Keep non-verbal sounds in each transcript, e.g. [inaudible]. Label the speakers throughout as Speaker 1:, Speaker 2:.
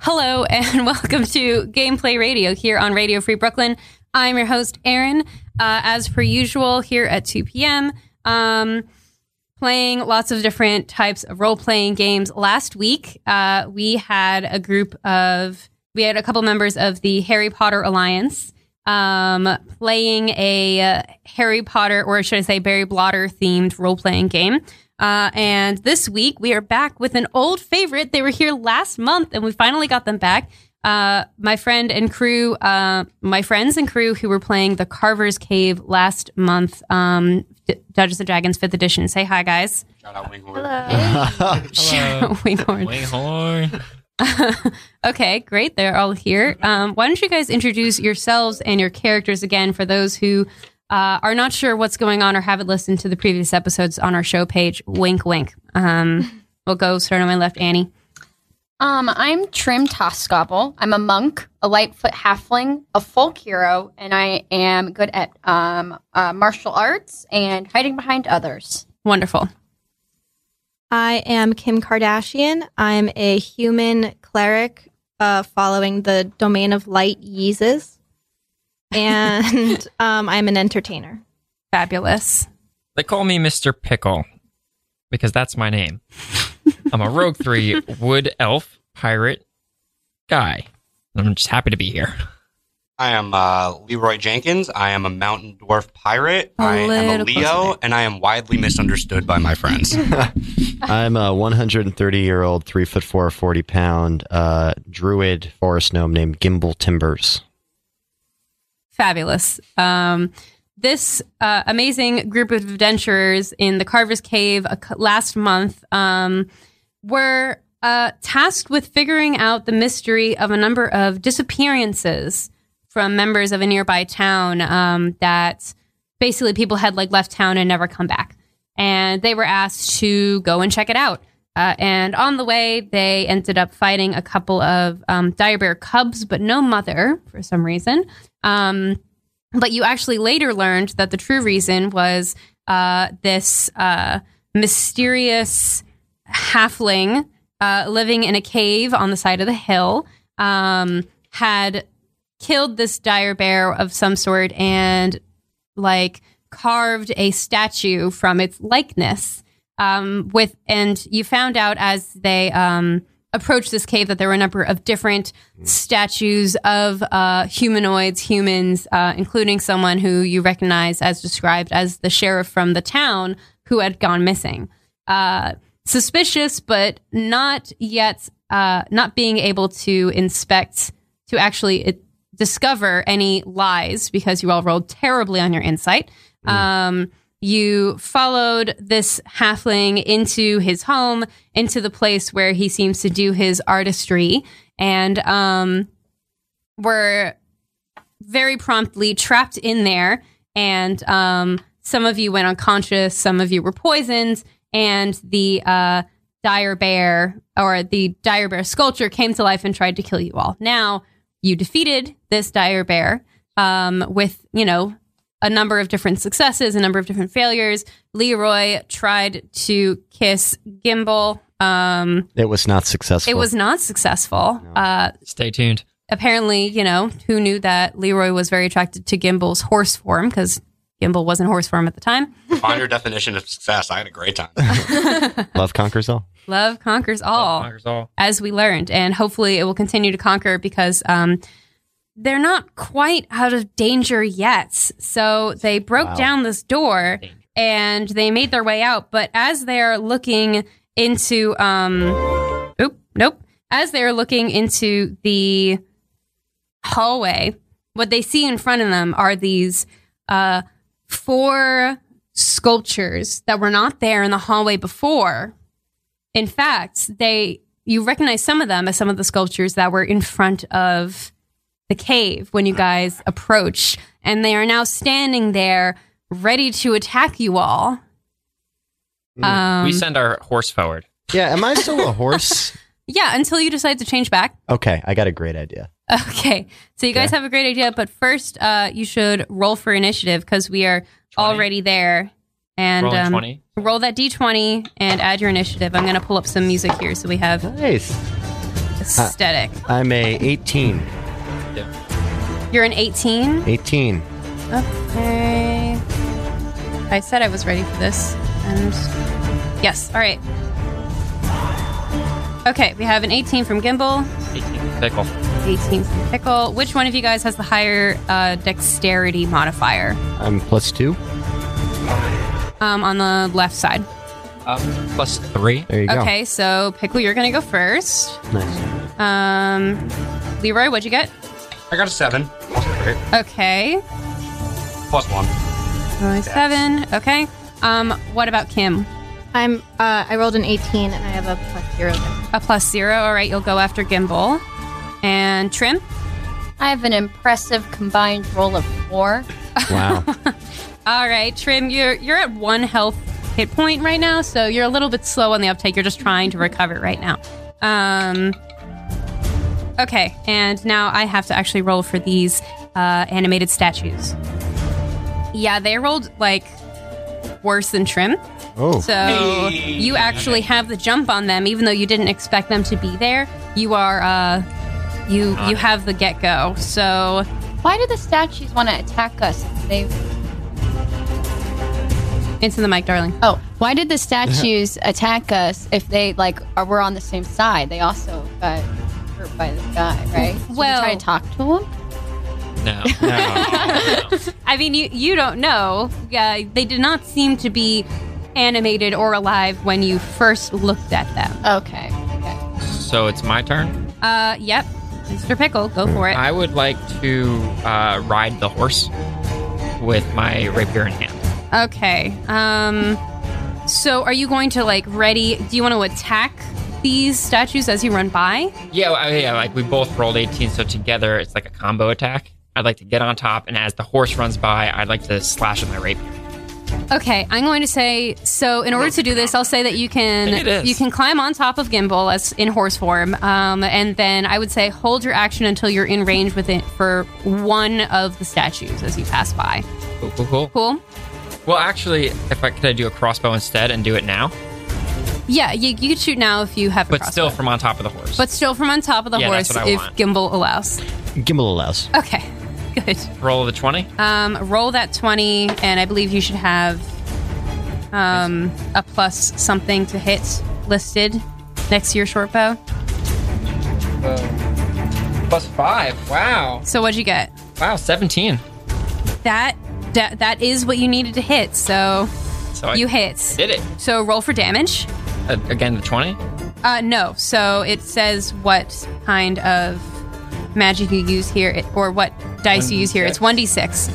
Speaker 1: Hello and [laughs] welcome to Gameplay Radio here on Radio Free Brooklyn. I'm your host, Aaron. Uh, as per usual, here at 2 p.m., um, playing lots of different types of role playing games. Last week, uh, we had a group of, we had a couple members of the Harry Potter Alliance um, playing a uh, Harry Potter, or should I say, Barry Blotter themed role playing game. Uh, and this week we are back with an old favorite. They were here last month, and we finally got them back. Uh, my friend and crew, uh, my friends and crew who were playing the Carver's Cave last month, um, D- Dungeons and Dragons Fifth Edition. Say hi, guys.
Speaker 2: Shout out Winghorn.
Speaker 1: [laughs] Sure, Winghorn.
Speaker 3: Winghorn.
Speaker 1: Okay, great. They're all here. Um, why don't you guys introduce yourselves and your characters again for those who uh, are not sure what's going on or haven't listened to the previous episodes on our show page? Wink, wink. Um, we'll go start on my left, Annie.
Speaker 4: Um, I'm Trim Toscobble. I'm a monk, a lightfoot halfling, a folk hero, and I am good at um, uh, martial arts and hiding behind others.
Speaker 1: Wonderful.
Speaker 5: I am Kim Kardashian. I'm a human cleric uh, following the domain of light Yeezus. And um, I'm an entertainer.
Speaker 1: Fabulous.
Speaker 3: They call me Mr. Pickle because that's my name. I'm a
Speaker 1: [laughs]
Speaker 3: Rogue 3 wood elf pirate guy. I'm just happy to be here.
Speaker 2: I am uh, Leroy Jenkins. I am a mountain dwarf pirate.
Speaker 1: A
Speaker 2: I am a
Speaker 1: little closer
Speaker 2: Leo, and I am widely misunderstood by
Speaker 1: [laughs]
Speaker 2: my friends.
Speaker 6: I'm a 130 year old, three foot four, 40 pound uh, druid forest gnome named Gimbal Timbers.
Speaker 1: fabulous. Um, this uh, amazing group of adventurers in the Carver's Cave a cou- last month um, were uh, tasked with figuring out the mystery of a number of disappearances from members of a nearby town um, that basically people had like left town and never come back and they were asked to go and check it out uh, and on the way they ended up fighting a couple of um, dire bear cubs but no mother for some reason um, but you actually later learned that the true reason was uh, this uh, mysterious halfling uh, living in a cave on the side of the hill um, had killed this dire bear of some sort and like carved a statue from its likeness um, with and you found out as they um, approached this cave that there were a number of different statues of uh, humanoids humans uh, including someone who you recognize as described as the sheriff from the town who had gone missing uh, suspicious but not yet uh, not being able to inspect to actually it, discover any lies because you all rolled terribly on your insight. Um, you followed this halfling into his home, into the place where he seems to do his artistry, and um, were very promptly trapped in there. And um, some of you went unconscious, some of you were poisoned, and the uh, dire bear or the dire bear sculpture came to life and tried to kill you all. Now, you defeated this dire bear um, with you know a number of different successes a number of different failures leroy tried to kiss gimbal um,
Speaker 6: It was not successful.
Speaker 1: it was not successful uh,
Speaker 3: Stay tuned.
Speaker 1: apparently you know who knew that leroy was very attracted to gimbal's horse form because gimbal wasn't horse form at the time
Speaker 2: Find your definition of success. I had a great [laughs] time.
Speaker 6: Love Conquers All.
Speaker 1: love conquers all
Speaker 3: Fuckers all.
Speaker 1: as we learned, and hopefully it will continue to conquer because um, they're not quite out of danger yet. So they broke
Speaker 6: Wow.
Speaker 1: down this door and they made their way out. But as they are looking into, um, oop, nope, as they are looking into the hallway, what they see in front of them are these uh, four sculptures that were not there in the hallway before. In fact, they you recognize some of them as some of the sculptures that were in front of the cave when you guys approach, and they are now standing there ready to attack you all. Um,
Speaker 3: Mm. we send our horse forward.
Speaker 6: Yeah, am I still a horse?
Speaker 1: yeah, until you decide to change back.
Speaker 6: [laughs]
Speaker 1: [laughs]
Speaker 6: okay, I got a great idea.
Speaker 1: Okay, so you guys have a great idea, but first, uh, you should roll for initiative because we are already there. And
Speaker 3: Rolling
Speaker 1: um,
Speaker 3: 20.
Speaker 1: roll that d20 and add your initiative. I'm going to pull up some music here so we have
Speaker 6: Nice.
Speaker 1: aesthetic.
Speaker 6: I'm a 18.
Speaker 1: You're an 18?
Speaker 6: 18.
Speaker 1: Okay. I said I was ready for this. And yes, all right. Okay, we have an 18 from Gimbal,
Speaker 3: 18 pickle.
Speaker 1: 18 from Pickle. Which one of you guys has the higher uh, dexterity modifier
Speaker 6: I'm plus two.
Speaker 1: um, on the left side?
Speaker 3: Um, plus three.
Speaker 6: There you go.
Speaker 1: Okay, so Pickle, you're going to go first.
Speaker 6: Nice.
Speaker 1: Um, Leroy, what'd you get?
Speaker 2: I got a seven. Great.
Speaker 1: Okay,
Speaker 2: Plus one.
Speaker 1: Leroy, seven. Okay. Um, what about Kim?
Speaker 5: I'm. Uh, I rolled an 18, and I have a plus zero. there.
Speaker 1: A plus zero. All right, you'll go after Gimbal. And Trim?
Speaker 4: I have an impressive combined roll of four.
Speaker 1: [laughs]
Speaker 6: Wow.
Speaker 1: All right, Trim, you're you're at one health hit point right now, so you're a little bit slow on the uptake. You're just trying to recover right now. Um, okay, and now I have to actually roll for these uh, animated statues. Yeah, they rolled like worse than Trim,
Speaker 6: Oh,
Speaker 1: so you actually have the jump on them, even though you didn't expect them to be there. You are uh, you you have the get go. So
Speaker 4: Why do the statues want to attack us? They
Speaker 1: into the mic, darling.
Speaker 4: oh, why did
Speaker 1: [laughs]
Speaker 4: the statues attack us if they like are we're on the same side? They also got hurt by this guy, right? Should we
Speaker 1: Well-
Speaker 4: try to talk to him.
Speaker 3: No.
Speaker 1: I mean, you you don't know. Yeah, they did not seem to be animated or alive when you first looked at them.
Speaker 4: Okay. okay.
Speaker 3: so it's my turn.
Speaker 1: Uh, yep, Mr. Pickle, go for it.
Speaker 3: I would like to uh, ride the horse with my rapier in hand.
Speaker 1: Okay. Um, so are you going to like ready? Do you want to attack these statues as you run by?
Speaker 3: Yeah, well, yeah. Like we both rolled 18, so together it's like a combo attack. I'd like to get on top, and as the horse runs by, I'd like to slash with my rapier.
Speaker 1: Okay, I'm going to say so. In order to do this, I'll say that you
Speaker 3: It
Speaker 1: can
Speaker 3: is.
Speaker 1: you can climb on top of Gimbal as in horse form, um, and then I would say hold your action until you're in range with it for one of the statues as you pass by.
Speaker 3: Cool, cool, cool.
Speaker 1: Cool.
Speaker 3: Well, actually, if I could, I do a crossbow instead and do it now,
Speaker 1: Yeah, you, you could shoot now if you have. A
Speaker 3: but
Speaker 1: crossbow.
Speaker 3: still from on top of the horse.
Speaker 1: but still from on top of the
Speaker 3: Yeah,
Speaker 1: horse
Speaker 3: that's what I
Speaker 1: if
Speaker 3: want.
Speaker 1: Gimbal allows.
Speaker 6: Gimbal allows.
Speaker 1: Okay, good.
Speaker 3: roll of the 20.
Speaker 1: Um, roll that twenty, and I believe you should have um, a plus something to hit listed next to your short bow.
Speaker 3: Uh, Plus five. Wow.
Speaker 1: So what'd you get?
Speaker 3: Wow, 17.
Speaker 1: That that, that is what you needed to hit. So
Speaker 3: So I
Speaker 1: you hit.
Speaker 3: did it.
Speaker 1: So roll for damage.
Speaker 3: Uh, again, the 20.
Speaker 1: Uh, no. So it says what kind of magic you use here, it, or what dice you use here. It's one d six.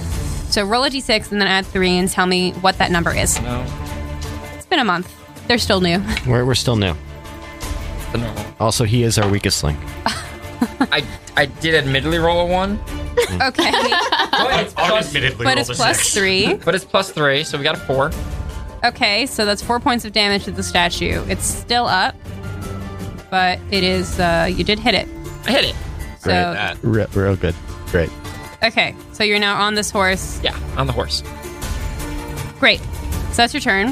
Speaker 1: So roll a d six and then add three and tell me what that number is.
Speaker 3: No.
Speaker 1: It's been a month. They're still [laughs] new.
Speaker 6: We're, we're still new.
Speaker 3: The normal.
Speaker 6: Also, he is our weakest link.
Speaker 3: I, I did admittedly roll a one,
Speaker 1: okay,
Speaker 3: but [laughs] it's plus,
Speaker 2: Unadmittedly,
Speaker 1: but
Speaker 2: rolled
Speaker 1: it's
Speaker 2: a
Speaker 1: plus
Speaker 2: six.
Speaker 1: three.
Speaker 3: but it's plus three, so we got a four.
Speaker 1: Okay, so that's four points of damage to the statue. It's still up, but it is. Uh, you did hit it.
Speaker 3: I hit it.
Speaker 1: So
Speaker 2: That.
Speaker 6: Re- real good. Great.
Speaker 1: okay, so you're now on this horse.
Speaker 3: Yeah, on the horse.
Speaker 1: Great. So that's your turn.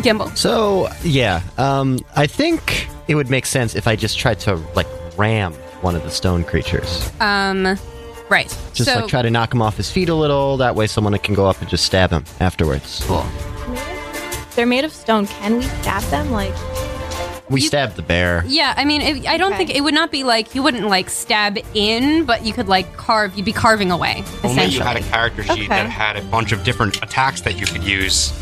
Speaker 1: Gimbal.
Speaker 6: So, yeah, um, I think it would make sense if I just tried to, like, ram one of the stone creatures.
Speaker 1: Um, right.
Speaker 6: Just,
Speaker 1: so,
Speaker 6: like, try to knock him off his feet a little. That way, someone can go up and just stab him afterwards.
Speaker 1: cool.
Speaker 5: They're made of stone. Can we stab them? Like,
Speaker 6: We
Speaker 1: You-
Speaker 6: stabbed the bear.
Speaker 1: Yeah, I mean, it, I don't
Speaker 5: Okay.
Speaker 1: think it would not be like you wouldn't like stab in, but you could like carve. You'd be carving away.
Speaker 2: Only
Speaker 1: Essentially.
Speaker 2: you had a character sheet
Speaker 5: Okay.
Speaker 2: that had a bunch of different attacks that you could use.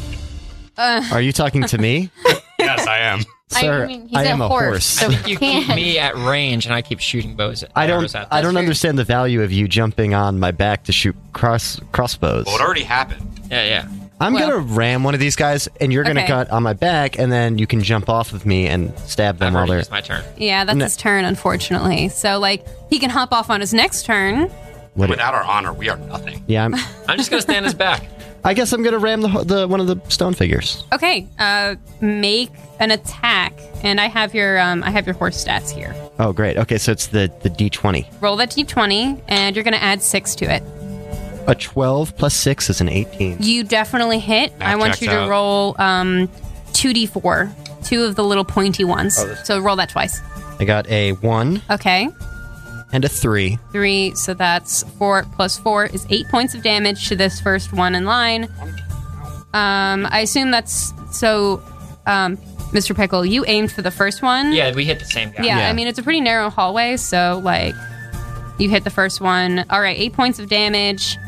Speaker 6: Are you talking to me?
Speaker 2: Yes, I am.
Speaker 6: Sir,
Speaker 4: I
Speaker 6: I,
Speaker 4: mean, he's
Speaker 6: am
Speaker 4: a
Speaker 6: a
Speaker 4: horse,
Speaker 6: horse.
Speaker 4: so he
Speaker 1: [laughs]
Speaker 3: You keep
Speaker 4: can.
Speaker 3: me at range, and I keep shooting bows.
Speaker 6: I
Speaker 3: arrows
Speaker 6: don't.
Speaker 3: at
Speaker 6: I
Speaker 3: them.
Speaker 6: don't understand the value of you jumping on my back to shoot cross crossbows.
Speaker 2: Well, it already happened.
Speaker 3: Yeah, yeah.
Speaker 6: I'm
Speaker 1: Well-
Speaker 6: gonna ram one of these guys, and you're gonna
Speaker 1: Okay.
Speaker 6: cut on my back, and then you can jump off of me and stab
Speaker 3: I've
Speaker 6: them while
Speaker 3: already
Speaker 6: they're.
Speaker 3: used my turn.
Speaker 1: yeah, that's
Speaker 6: No.
Speaker 1: his turn, unfortunately. So like he can hop off on his next turn.
Speaker 6: What it-
Speaker 2: Without our honor, we are nothing.
Speaker 6: yeah, I'm,
Speaker 3: I'm just gonna stand
Speaker 1: [laughs]
Speaker 3: his back.
Speaker 6: I guess I'm gonna ram the, ho- the one of the stone figures.
Speaker 1: Okay, uh, make an attack, and I have your um, I have your horse stats here.
Speaker 6: Oh, great. Okay, so it's the the d20.
Speaker 1: Roll that d20, and you're gonna add six to it.
Speaker 6: A 12 plus six is an 18.
Speaker 1: You definitely hit.
Speaker 2: That
Speaker 1: I want
Speaker 2: checks
Speaker 1: you to
Speaker 2: out.
Speaker 1: roll um, 2d4, two of the little pointy ones. so roll that twice.
Speaker 6: I got a one
Speaker 1: Okay.
Speaker 6: and a three.
Speaker 1: Three, so that's four plus four is eight points of damage to this first one in line. Um, I assume that's so, um, Mr. Pickle, you aimed for the first one.
Speaker 3: Yeah, we hit the same guy.
Speaker 1: Yeah,
Speaker 6: Yeah.
Speaker 1: I mean, it's a pretty narrow hallway, so like you hit the first one. All right, eight points of damage.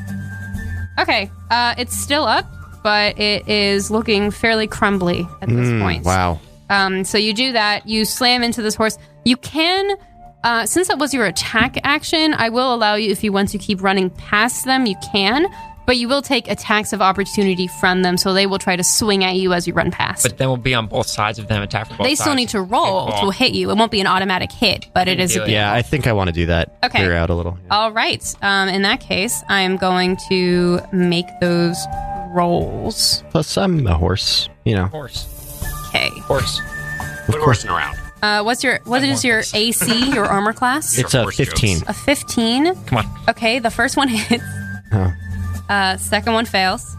Speaker 1: Okay, uh, it's still up, but it is looking fairly crumbly at this
Speaker 3: Hmm,
Speaker 1: point.
Speaker 6: Wow.
Speaker 1: Um, so you do that. You slam into this horse. You can, uh, since that was your attack action, I will allow you if you want to keep running past them. You can, but you will take attacks of opportunity from them, so they will try to swing at you as you run past.
Speaker 3: But then we'll be on both sides of them, attack from both
Speaker 1: they still
Speaker 3: sides.
Speaker 1: need to roll
Speaker 3: Good
Speaker 1: to
Speaker 3: call.
Speaker 1: hit you. It won't be an automatic hit, but it
Speaker 3: Didn't
Speaker 1: is a
Speaker 3: do it.
Speaker 1: beat.
Speaker 6: Yeah, I think I want to do that.
Speaker 1: Okay.
Speaker 6: Clear out a little.
Speaker 1: All right. Um, in that case, I am going to make those rolls.
Speaker 6: Plus, I'm a horse. You know,
Speaker 3: Horse.
Speaker 1: Okay.
Speaker 3: Horse.
Speaker 2: Quit horsing around.
Speaker 1: Uh, what's your what
Speaker 3: I
Speaker 1: is
Speaker 3: want
Speaker 1: your
Speaker 3: this.
Speaker 1: AC? Your armor class?
Speaker 6: it's a
Speaker 2: horse jokes.
Speaker 6: 15.
Speaker 1: A fifteen.
Speaker 3: Come on.
Speaker 1: Okay, the first one [laughs] hits.
Speaker 6: Huh.
Speaker 1: Uh, second one fails.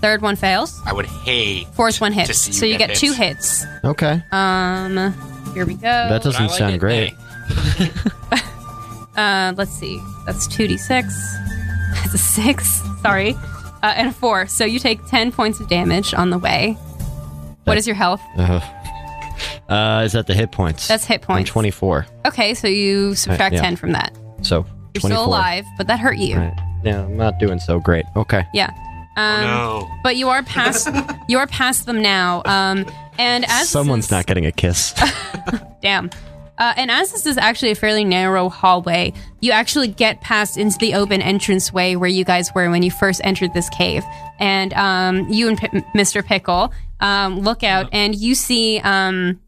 Speaker 1: Third one fails.
Speaker 2: I would hate.
Speaker 1: Fourth one
Speaker 2: To
Speaker 1: hits.
Speaker 2: see you
Speaker 1: so you
Speaker 2: get
Speaker 1: get two hits.
Speaker 6: Okay.
Speaker 1: Um, here we go.
Speaker 6: that
Speaker 3: But I
Speaker 6: doesn't
Speaker 3: like
Speaker 6: sound
Speaker 3: it.
Speaker 6: great.
Speaker 3: Hey,
Speaker 1: Uh, let's see. That's 2d6. That's a 6. Sorry. Uh, and a 4. So you take 10 points of damage on the way. What
Speaker 6: That-
Speaker 1: is your health?
Speaker 6: Uh, uh, is that the hit points?
Speaker 1: That's hit
Speaker 6: I'm
Speaker 1: points.
Speaker 6: 24.
Speaker 1: Okay, so you subtract
Speaker 6: yeah.
Speaker 1: 10 from that.
Speaker 6: So
Speaker 1: You're
Speaker 6: 24.
Speaker 1: still alive, but that hurt you.
Speaker 6: Right. Yeah, I'm not doing so great. Okay.
Speaker 1: Yeah. Um,
Speaker 2: No.
Speaker 1: But you are past you are past them now. Um, and as
Speaker 6: Someone's
Speaker 1: this,
Speaker 6: not getting a kiss.
Speaker 1: Damn. Uh, and as this is actually a fairly narrow hallway, you actually get past into the open entranceway where you guys were when you first entered this cave. And um, you and P- Mr. Pickle um, look out, and you see um,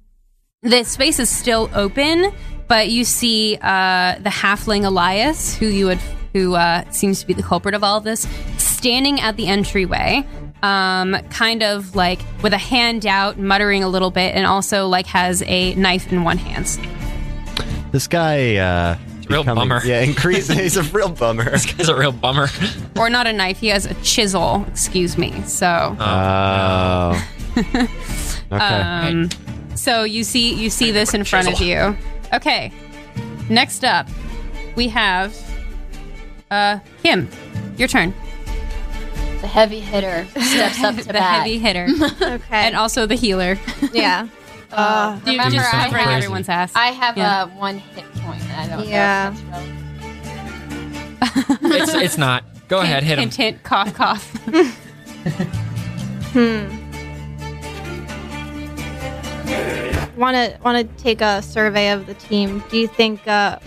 Speaker 1: the space is still open, but you see uh, the halfling Elias, who you would, who uh, seems to be the culprit of all this, standing at the entryway, um, kind of like with a hand out, muttering a little bit, and also like has a knife in one hand.
Speaker 6: this guy. Uh,
Speaker 3: real bummer. [laughs]
Speaker 6: Yeah, increasing. he's a real bummer.
Speaker 3: He's a real bummer. [laughs]
Speaker 1: or not a knife. He has a chisel. Excuse me. So,
Speaker 6: Oh.
Speaker 3: [laughs]
Speaker 6: okay.
Speaker 3: Uh,
Speaker 1: um, so you see, you see this in front of you. Okay. Next up, we have uh Kim. Your turn.
Speaker 4: The heavy hitter steps
Speaker 1: [laughs]
Speaker 4: up to
Speaker 1: The
Speaker 4: bat.
Speaker 1: heavy hitter
Speaker 4: [laughs]
Speaker 5: Okay.
Speaker 1: and also the
Speaker 3: [laughs]
Speaker 1: healer.
Speaker 5: yeah. [laughs] Uh,
Speaker 1: Dude,
Speaker 4: Remember,
Speaker 1: just
Speaker 4: I
Speaker 1: covering
Speaker 4: have-
Speaker 1: everyone's ass.
Speaker 4: I have
Speaker 1: Yeah.
Speaker 4: a one hit point. I don't
Speaker 5: Yeah.
Speaker 4: know. if that's relevant.
Speaker 3: it's, it's not. Go ahead, hit him.
Speaker 1: Hint, hint, cough, cough.
Speaker 5: want to want to take a survey of the team. Do you think uh,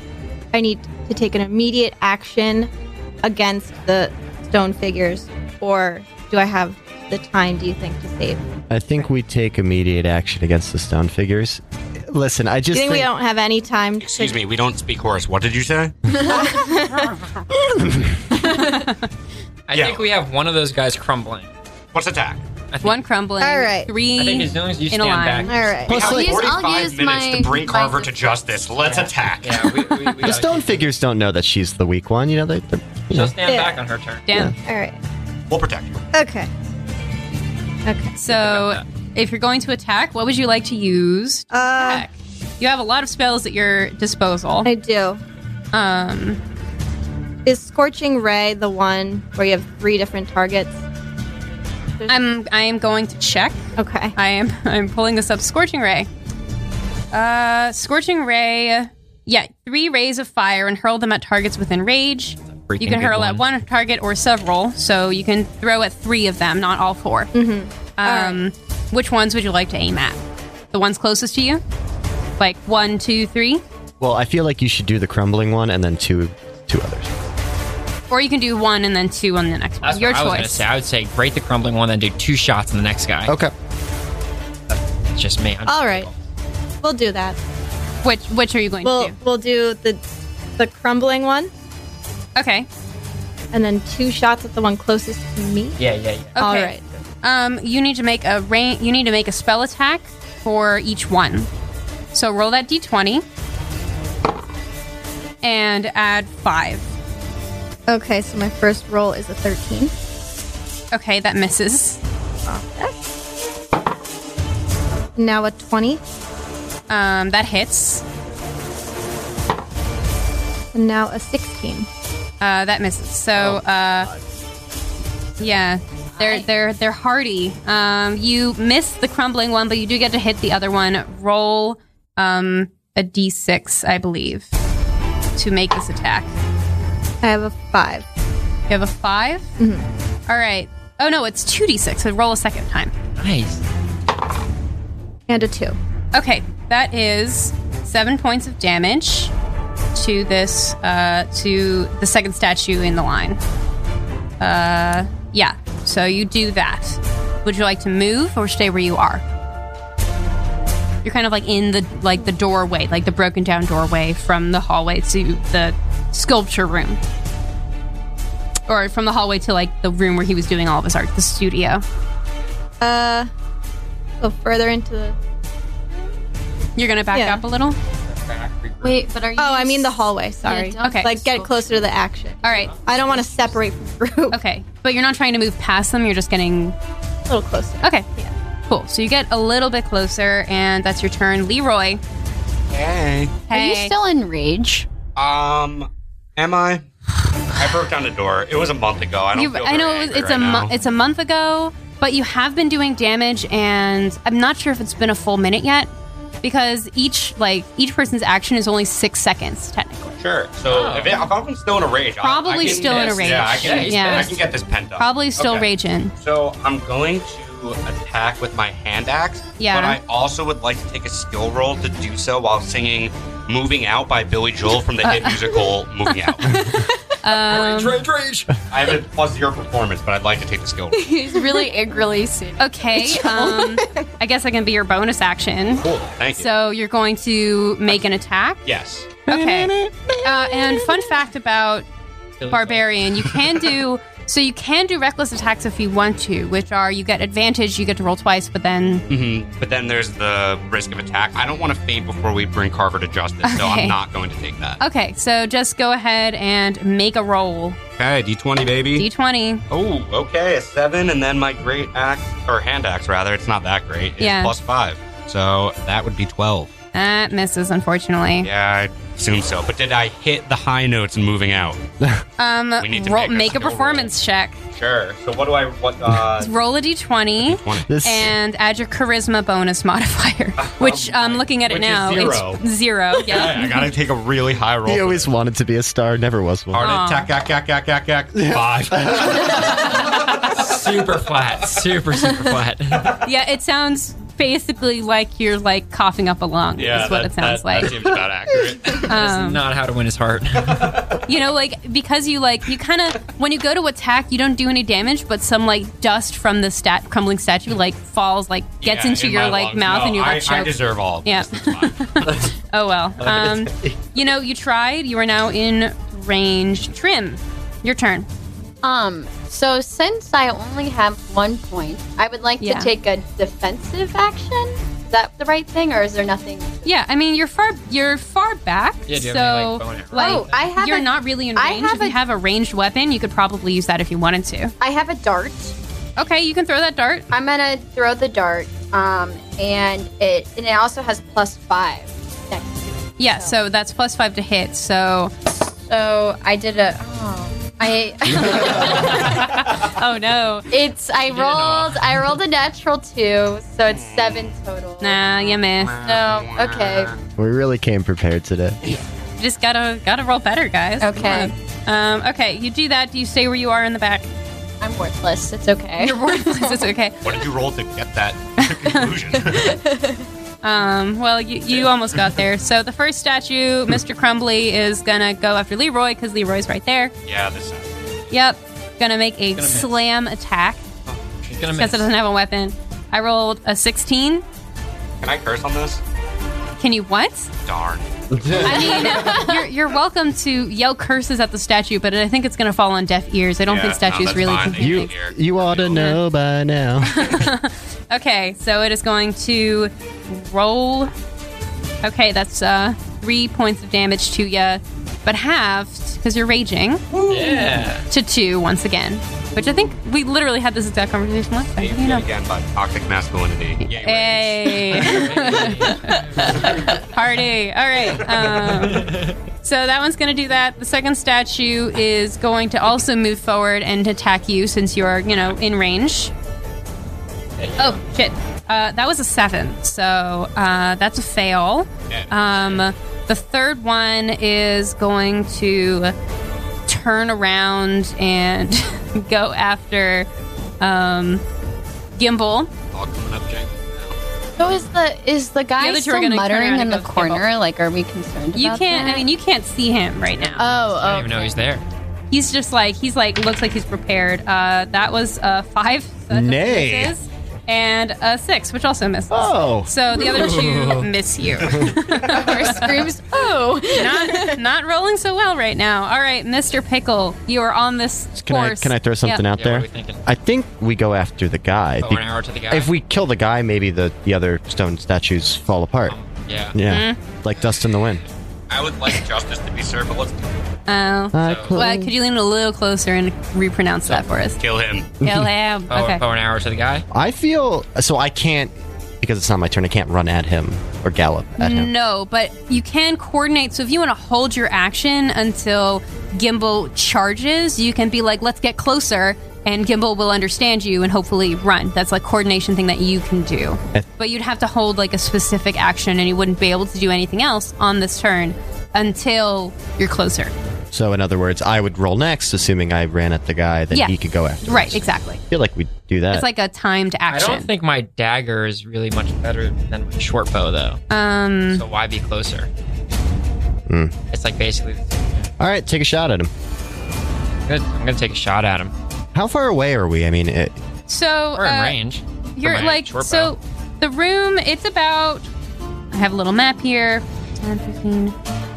Speaker 5: I need to take an immediate action against the stone figures, or do I have the time? Do you think to save?
Speaker 6: I think we take immediate action against the stone figures. Listen, I
Speaker 5: Do you
Speaker 6: just
Speaker 5: think we
Speaker 6: think-
Speaker 5: don't have any time? to-
Speaker 2: Excuse me, we don't speak horse. What did you [laughs] say?
Speaker 3: I
Speaker 2: Yeah.
Speaker 3: think we have one of those guys crumbling.
Speaker 2: What's attack?
Speaker 3: [laughs] I think,
Speaker 1: One crumbling.
Speaker 5: All right.
Speaker 1: Three.
Speaker 3: I think as long as you
Speaker 1: in
Speaker 3: stand
Speaker 1: a
Speaker 3: back.
Speaker 1: line.
Speaker 5: All right.
Speaker 2: We have
Speaker 4: I'll use- I'll
Speaker 2: 45
Speaker 4: use
Speaker 2: minutes
Speaker 4: my-
Speaker 2: to bring
Speaker 4: my
Speaker 2: Carver to
Speaker 4: defense.
Speaker 2: justice. Let's attack.
Speaker 3: Yeah, we,
Speaker 6: [laughs]
Speaker 3: we, we
Speaker 6: The
Speaker 3: gotta-
Speaker 6: stone figures don't know that she's the weak one. You know, they, they're, you [laughs] know.
Speaker 3: She'll stand
Speaker 5: Yeah.
Speaker 3: back on her turn.
Speaker 1: Damn.
Speaker 5: All right.
Speaker 2: We'll protect you.
Speaker 5: Okay. Okay.
Speaker 1: So,
Speaker 3: Think about
Speaker 1: if you're going to attack, what would you like to use? to
Speaker 5: Uh,
Speaker 1: attack? You have a lot of spells at your disposal.
Speaker 5: I do.
Speaker 1: Um,
Speaker 5: Is scorching ray the one where you have three different targets?
Speaker 1: I'm I am going to check.
Speaker 5: Okay.
Speaker 1: I am [laughs] I'm pulling this up. Scorching ray. Uh, scorching ray. Yeah, three rays of fire and hurl them at targets within range. You can
Speaker 3: good
Speaker 1: hurl at
Speaker 3: one.
Speaker 1: one target or several, so you can throw at three of them, not all 4 Mm-hmm. Um, Which ones would you like to aim at? The ones closest to you, like one, two, three,
Speaker 6: Well, I feel like you should do the crumbling one and then two, two others.
Speaker 1: or you can do one and then two on the next one.
Speaker 3: That's
Speaker 1: Your
Speaker 3: what I was gonna
Speaker 1: choice.
Speaker 3: say. I would say break the crumbling one, then do two shots in the next guy.
Speaker 6: Okay.
Speaker 3: It's just me. I'm just
Speaker 5: All right.
Speaker 3: people.
Speaker 5: We'll do that.
Speaker 1: Which which are you going
Speaker 5: We'll
Speaker 1: to do?
Speaker 5: we'll do the the crumbling one,
Speaker 1: Okay.
Speaker 5: and then two shots at the one closest to me.
Speaker 3: Yeah, yeah, yeah.
Speaker 1: Okay.
Speaker 5: All right.
Speaker 1: Um, you need to make a rain. You need to make a spell attack for each one. So roll that d20 and add five.
Speaker 5: Okay, so my first roll is a 13.
Speaker 1: Okay, that misses.
Speaker 5: Now a 20.
Speaker 1: Um, that hits.
Speaker 5: And now a 16.
Speaker 1: Uh, that misses. So, uh, yeah, they're they're they're hardy. Um, you miss the crumbling one, but you do get to hit the other one. Roll um, a d6, I believe, to make this attack.
Speaker 5: I have a 5.
Speaker 1: You have a 5 All right. Oh no, it's two d6. So roll a second time.
Speaker 3: Nice.
Speaker 5: And a 2.
Speaker 1: Okay, that is seven points of damage to this uh, to the second statue in the line. Uh, yeah, so you do that. Would you like to move or stay where you are? You're kind of like in the like the doorway, like the broken down doorway from the hallway to the sculpture room, or from the hallway to like the room where he was doing all of his art, the studio.
Speaker 5: Uh, go further into the.
Speaker 1: You're gonna back
Speaker 5: Yeah.
Speaker 1: up a little.
Speaker 4: Wait, but are you?
Speaker 5: Oh, I mean the hallway. Sorry.
Speaker 4: Yeah, don't
Speaker 1: Okay.
Speaker 5: Like get closer to the action.
Speaker 1: All right.
Speaker 5: I don't want to separate from the group.
Speaker 1: Okay, but you're not trying to move past them. You're just getting
Speaker 5: A little closer.
Speaker 1: Okay. Cool. So you get a little bit closer, and that's your turn, Leroy.
Speaker 2: Hey.
Speaker 4: Are you
Speaker 1: Hey.
Speaker 4: still in rage?
Speaker 2: Um, am I? [sighs] I broke down a door. It was a month ago. I don't.
Speaker 1: You-
Speaker 2: feel
Speaker 1: I
Speaker 2: very
Speaker 1: know it was,
Speaker 2: angry
Speaker 1: it's
Speaker 2: right
Speaker 1: a mo-
Speaker 2: now.
Speaker 1: it's a month ago, but you have been doing damage, and I'm not sure if it's been a full minute yet, because each like each person's action is only six seconds technically.
Speaker 2: Sure. So if, it, if I'm still in a rage, I'll- I
Speaker 1: Oh. Probably
Speaker 2: can-
Speaker 1: still in a rage.
Speaker 2: Yeah, I can,
Speaker 1: Yeah.
Speaker 2: I can get this pent up.
Speaker 1: Probably still
Speaker 2: Okay.
Speaker 1: raging.
Speaker 2: So I'm going to attack with my hand axe.
Speaker 1: Yeah.
Speaker 2: But I also would like to take a skill roll to do so while singing "Moving Out" by Billy Joel from
Speaker 1: Uh,
Speaker 2: the hit musical
Speaker 1: [laughs]
Speaker 2: "Moving Out."
Speaker 1: Um,
Speaker 3: Rage, rage, rage.
Speaker 2: I have a plus zero performance, but I'd like to take the
Speaker 1: [laughs]
Speaker 2: skill. roll.
Speaker 4: He's really angrily soon. [laughs]
Speaker 1: okay. Um, I guess I can be your bonus action.
Speaker 2: Cool. Thank you.
Speaker 1: So you're going to make an attack.
Speaker 2: yes.
Speaker 1: Okay. Uh, and fun fact about barbarian, you can
Speaker 2: [laughs]
Speaker 1: do so you can do reckless attacks if you want to, which are you get advantage, you get to roll twice, but then
Speaker 2: hmm But then there's the risk of attack. I don't want to fade before we bring Carver to justice, so
Speaker 1: Okay.
Speaker 2: I'm not going to take that.
Speaker 1: okay, so just go ahead and make a
Speaker 2: Hmm.
Speaker 1: roll.
Speaker 2: Okay, D20, baby.
Speaker 1: D twenty.
Speaker 2: oh, okay, a seven, and then my great axe, or hand axe, rather. It's not that great. It's
Speaker 1: Yeah.
Speaker 2: plus five. So that would be 12.
Speaker 1: That misses, unfortunately.
Speaker 2: Yeah, I assume so. But did I hit the high notes in moving out?
Speaker 1: Um,
Speaker 2: We need to
Speaker 1: roll,
Speaker 2: make a
Speaker 1: make a
Speaker 2: skill
Speaker 1: performance check.
Speaker 2: Sure. So what do I, what, [laughs] uh,
Speaker 1: Roll a d twenty
Speaker 2: 20. [laughs]
Speaker 6: This
Speaker 1: and add your charisma bonus [laughs] modifier, which I'm looking at it
Speaker 2: Uh, um, Which is
Speaker 1: now.
Speaker 2: zero.
Speaker 1: It's zero.
Speaker 2: [laughs]
Speaker 1: Yeah.
Speaker 2: I gotta take a really high roll.
Speaker 6: he
Speaker 2: for
Speaker 6: always
Speaker 2: this.
Speaker 6: wanted to be a star, never was one.
Speaker 1: Aw.
Speaker 2: Heart attack, yak, yak, yak, yak, yak. [laughs] Five.
Speaker 3: super flat. Super, super
Speaker 1: [laughs]
Speaker 3: flat.
Speaker 1: yeah, it sounds basically like you're like coughing up a lung. is what it sounds like.
Speaker 2: seems
Speaker 1: [laughs]
Speaker 2: about accurate.
Speaker 1: Um,
Speaker 3: That's not how to win his heart.
Speaker 1: you know, like because you like you kind of when you go to attack, you don't do any damage, but some like dust from the stat crumbling statue like falls, like gets into your like mouth, and you're like
Speaker 2: I, I
Speaker 1: choked.
Speaker 2: deserve all. Of
Speaker 1: Yeah.
Speaker 2: this. It's fine.
Speaker 1: oh
Speaker 2: [laughs]
Speaker 1: well. Um, you know, you tried. You are now in range. Trim, your turn.
Speaker 4: Um, so since I only have one point, I would like
Speaker 1: Yeah.
Speaker 4: to take a defensive action. Is that the right thing, or is there nothing?
Speaker 1: Yeah, I mean you're far you're far back.
Speaker 3: Yeah, do you have any,
Speaker 1: so
Speaker 3: like, bone arrow?
Speaker 1: like
Speaker 4: oh, I have.
Speaker 1: you're
Speaker 4: a,
Speaker 1: not really in
Speaker 4: I
Speaker 1: range.
Speaker 4: have
Speaker 1: if you
Speaker 4: a-
Speaker 1: have a ranged weapon, you could probably use that if you wanted to.
Speaker 4: I have a dart.
Speaker 1: Okay, you can throw that dart.
Speaker 4: I'm gonna throw the dart. Um, and it and it also has plus five next to it.
Speaker 1: Yeah, so that's plus five to hit. So [laughs]
Speaker 4: So I did a. Oh, I.
Speaker 1: oh no,
Speaker 4: [laughs] it's I
Speaker 3: did an aw.
Speaker 4: rolled. I rolled a natural two, so it's seven total.
Speaker 1: nah, you missed.
Speaker 4: So okay.
Speaker 6: We really came prepared today.
Speaker 1: You just gotta gotta roll better, guys. Come
Speaker 4: Okay.
Speaker 1: on. Um, okay, you do that. Do you stay where you are in the back? [laughs]
Speaker 4: I'm worthless. It's okay.
Speaker 1: You're worthless. it's okay.
Speaker 2: What did you roll to get that
Speaker 1: [laughs]
Speaker 2: conclusion?
Speaker 1: Um, well, you, you almost got there. So the first statue, Mr. Crumbly, is gonna go after Leroy because Leroy's right there.
Speaker 2: yeah, this sounds.
Speaker 1: Yep. Gonna make a
Speaker 3: Gonna miss.
Speaker 1: slam attack
Speaker 3: He's gonna
Speaker 1: because
Speaker 3: miss.
Speaker 1: it doesn't have a weapon. I rolled a 16.
Speaker 2: Can I curse on this?
Speaker 1: Can you what?
Speaker 2: Darn.
Speaker 1: I mean, you're, you're welcome to yell curses at the statue, but I think it's gonna fall on deaf ears. I don't
Speaker 2: Yeah,
Speaker 1: think
Speaker 2: no,
Speaker 1: statues
Speaker 2: that's
Speaker 1: really
Speaker 2: fine.
Speaker 1: can hear
Speaker 6: you
Speaker 1: things.
Speaker 6: you ought to know
Speaker 5: [laughs]
Speaker 6: by now.
Speaker 1: Okay, so it is going to roll. Okay, that's uh, three points of damage to you, but halved because you're raging
Speaker 3: Yeah.
Speaker 1: to two once again. which I think we literally had this exact conversation last time.
Speaker 2: Named
Speaker 1: you know.
Speaker 2: yet again by toxic masculinity. Yay,
Speaker 1: Eh,
Speaker 2: right.
Speaker 1: Hey. [laughs] Party. All right. Um, so that one's going to do that. The second statue is going to also move forward and attack you since you're, you know, in range. Oh, shit. Uh, that was a seven. So uh, that's a fail. Um, the third one is going to turn around and [laughs] go after um, Gimbal.
Speaker 2: All coming up, Jake.
Speaker 4: So is the is the guy
Speaker 1: that you were
Speaker 4: still
Speaker 1: gonna turn
Speaker 4: muttering
Speaker 1: around
Speaker 4: in
Speaker 1: and
Speaker 4: the
Speaker 1: go,
Speaker 4: corner? Like, are we concerned?
Speaker 1: You
Speaker 4: about
Speaker 1: can't.
Speaker 4: that?
Speaker 1: I mean, you can't see him right now.
Speaker 4: Oh,
Speaker 3: I
Speaker 4: oh.
Speaker 3: don't even know he's there.
Speaker 1: he's just like he's like looks like he's prepared. Uh, that was uh, five. [laughs] so that just
Speaker 6: Nay.
Speaker 1: misses. And a six, which also misses.
Speaker 6: Oh.
Speaker 1: So the other
Speaker 6: [laughs]
Speaker 1: two miss you.
Speaker 3: [laughs]
Speaker 4: Or screams, "Oh!"
Speaker 1: not, not rolling so well right now. All right, Mr. Pickle, you are on this
Speaker 6: Can I,
Speaker 1: course.
Speaker 6: can I throw something
Speaker 1: Yeah.
Speaker 6: out
Speaker 3: Yeah, what are we
Speaker 6: there?
Speaker 3: thinking?
Speaker 6: I think we go after the guy.
Speaker 3: Bow and arrow to the guy?
Speaker 6: If we kill the guy, maybe the, the other stone statues fall apart.
Speaker 3: Yeah.
Speaker 6: Yeah.
Speaker 1: Mm-hmm.
Speaker 6: Like dust in the wind.
Speaker 2: I would like justice to be served, but let's
Speaker 1: Oh.
Speaker 6: I
Speaker 3: So-
Speaker 6: close-
Speaker 1: Well, could you lean a little closer and repronounce that for
Speaker 6: [laughs]
Speaker 1: us?
Speaker 2: kill him.
Speaker 1: Kill him.
Speaker 3: Bow,
Speaker 1: Okay.
Speaker 3: bow and arrow to the guy.
Speaker 6: I feel. So I can't. Because it's not my turn, I can't run at him or gallop at him.
Speaker 1: No, but you can coordinate. So if you want to hold your action until Gimbal charges, you can be like, let's get closer, and Gimbal will understand you and hopefully run. That's like coordination thing that you can do.
Speaker 6: Eh.
Speaker 1: But you'd have to hold like a specific action and you wouldn't be able to do anything else on this turn until you're closer.
Speaker 6: So, in other words, I would roll next, assuming I ran at the guy that
Speaker 1: Yeah.
Speaker 6: he could go after.
Speaker 1: Right, exactly.
Speaker 6: I feel like we do that.
Speaker 1: It's like a timed
Speaker 3: I
Speaker 1: action.
Speaker 3: don't think my dagger is really much better than my short bow, though.
Speaker 1: um
Speaker 3: So why be closer?
Speaker 6: Hmm.
Speaker 3: It's like basically
Speaker 6: All right, take a shot at him.
Speaker 3: good. I'm gonna take a shot at him.
Speaker 6: How far away are we? I mean, it,
Speaker 1: so
Speaker 3: We're in
Speaker 1: uh,
Speaker 3: range. for
Speaker 1: You're
Speaker 3: my
Speaker 1: like
Speaker 3: short
Speaker 1: so
Speaker 3: bow.
Speaker 1: the room it's about I have a little map here. 10, 15,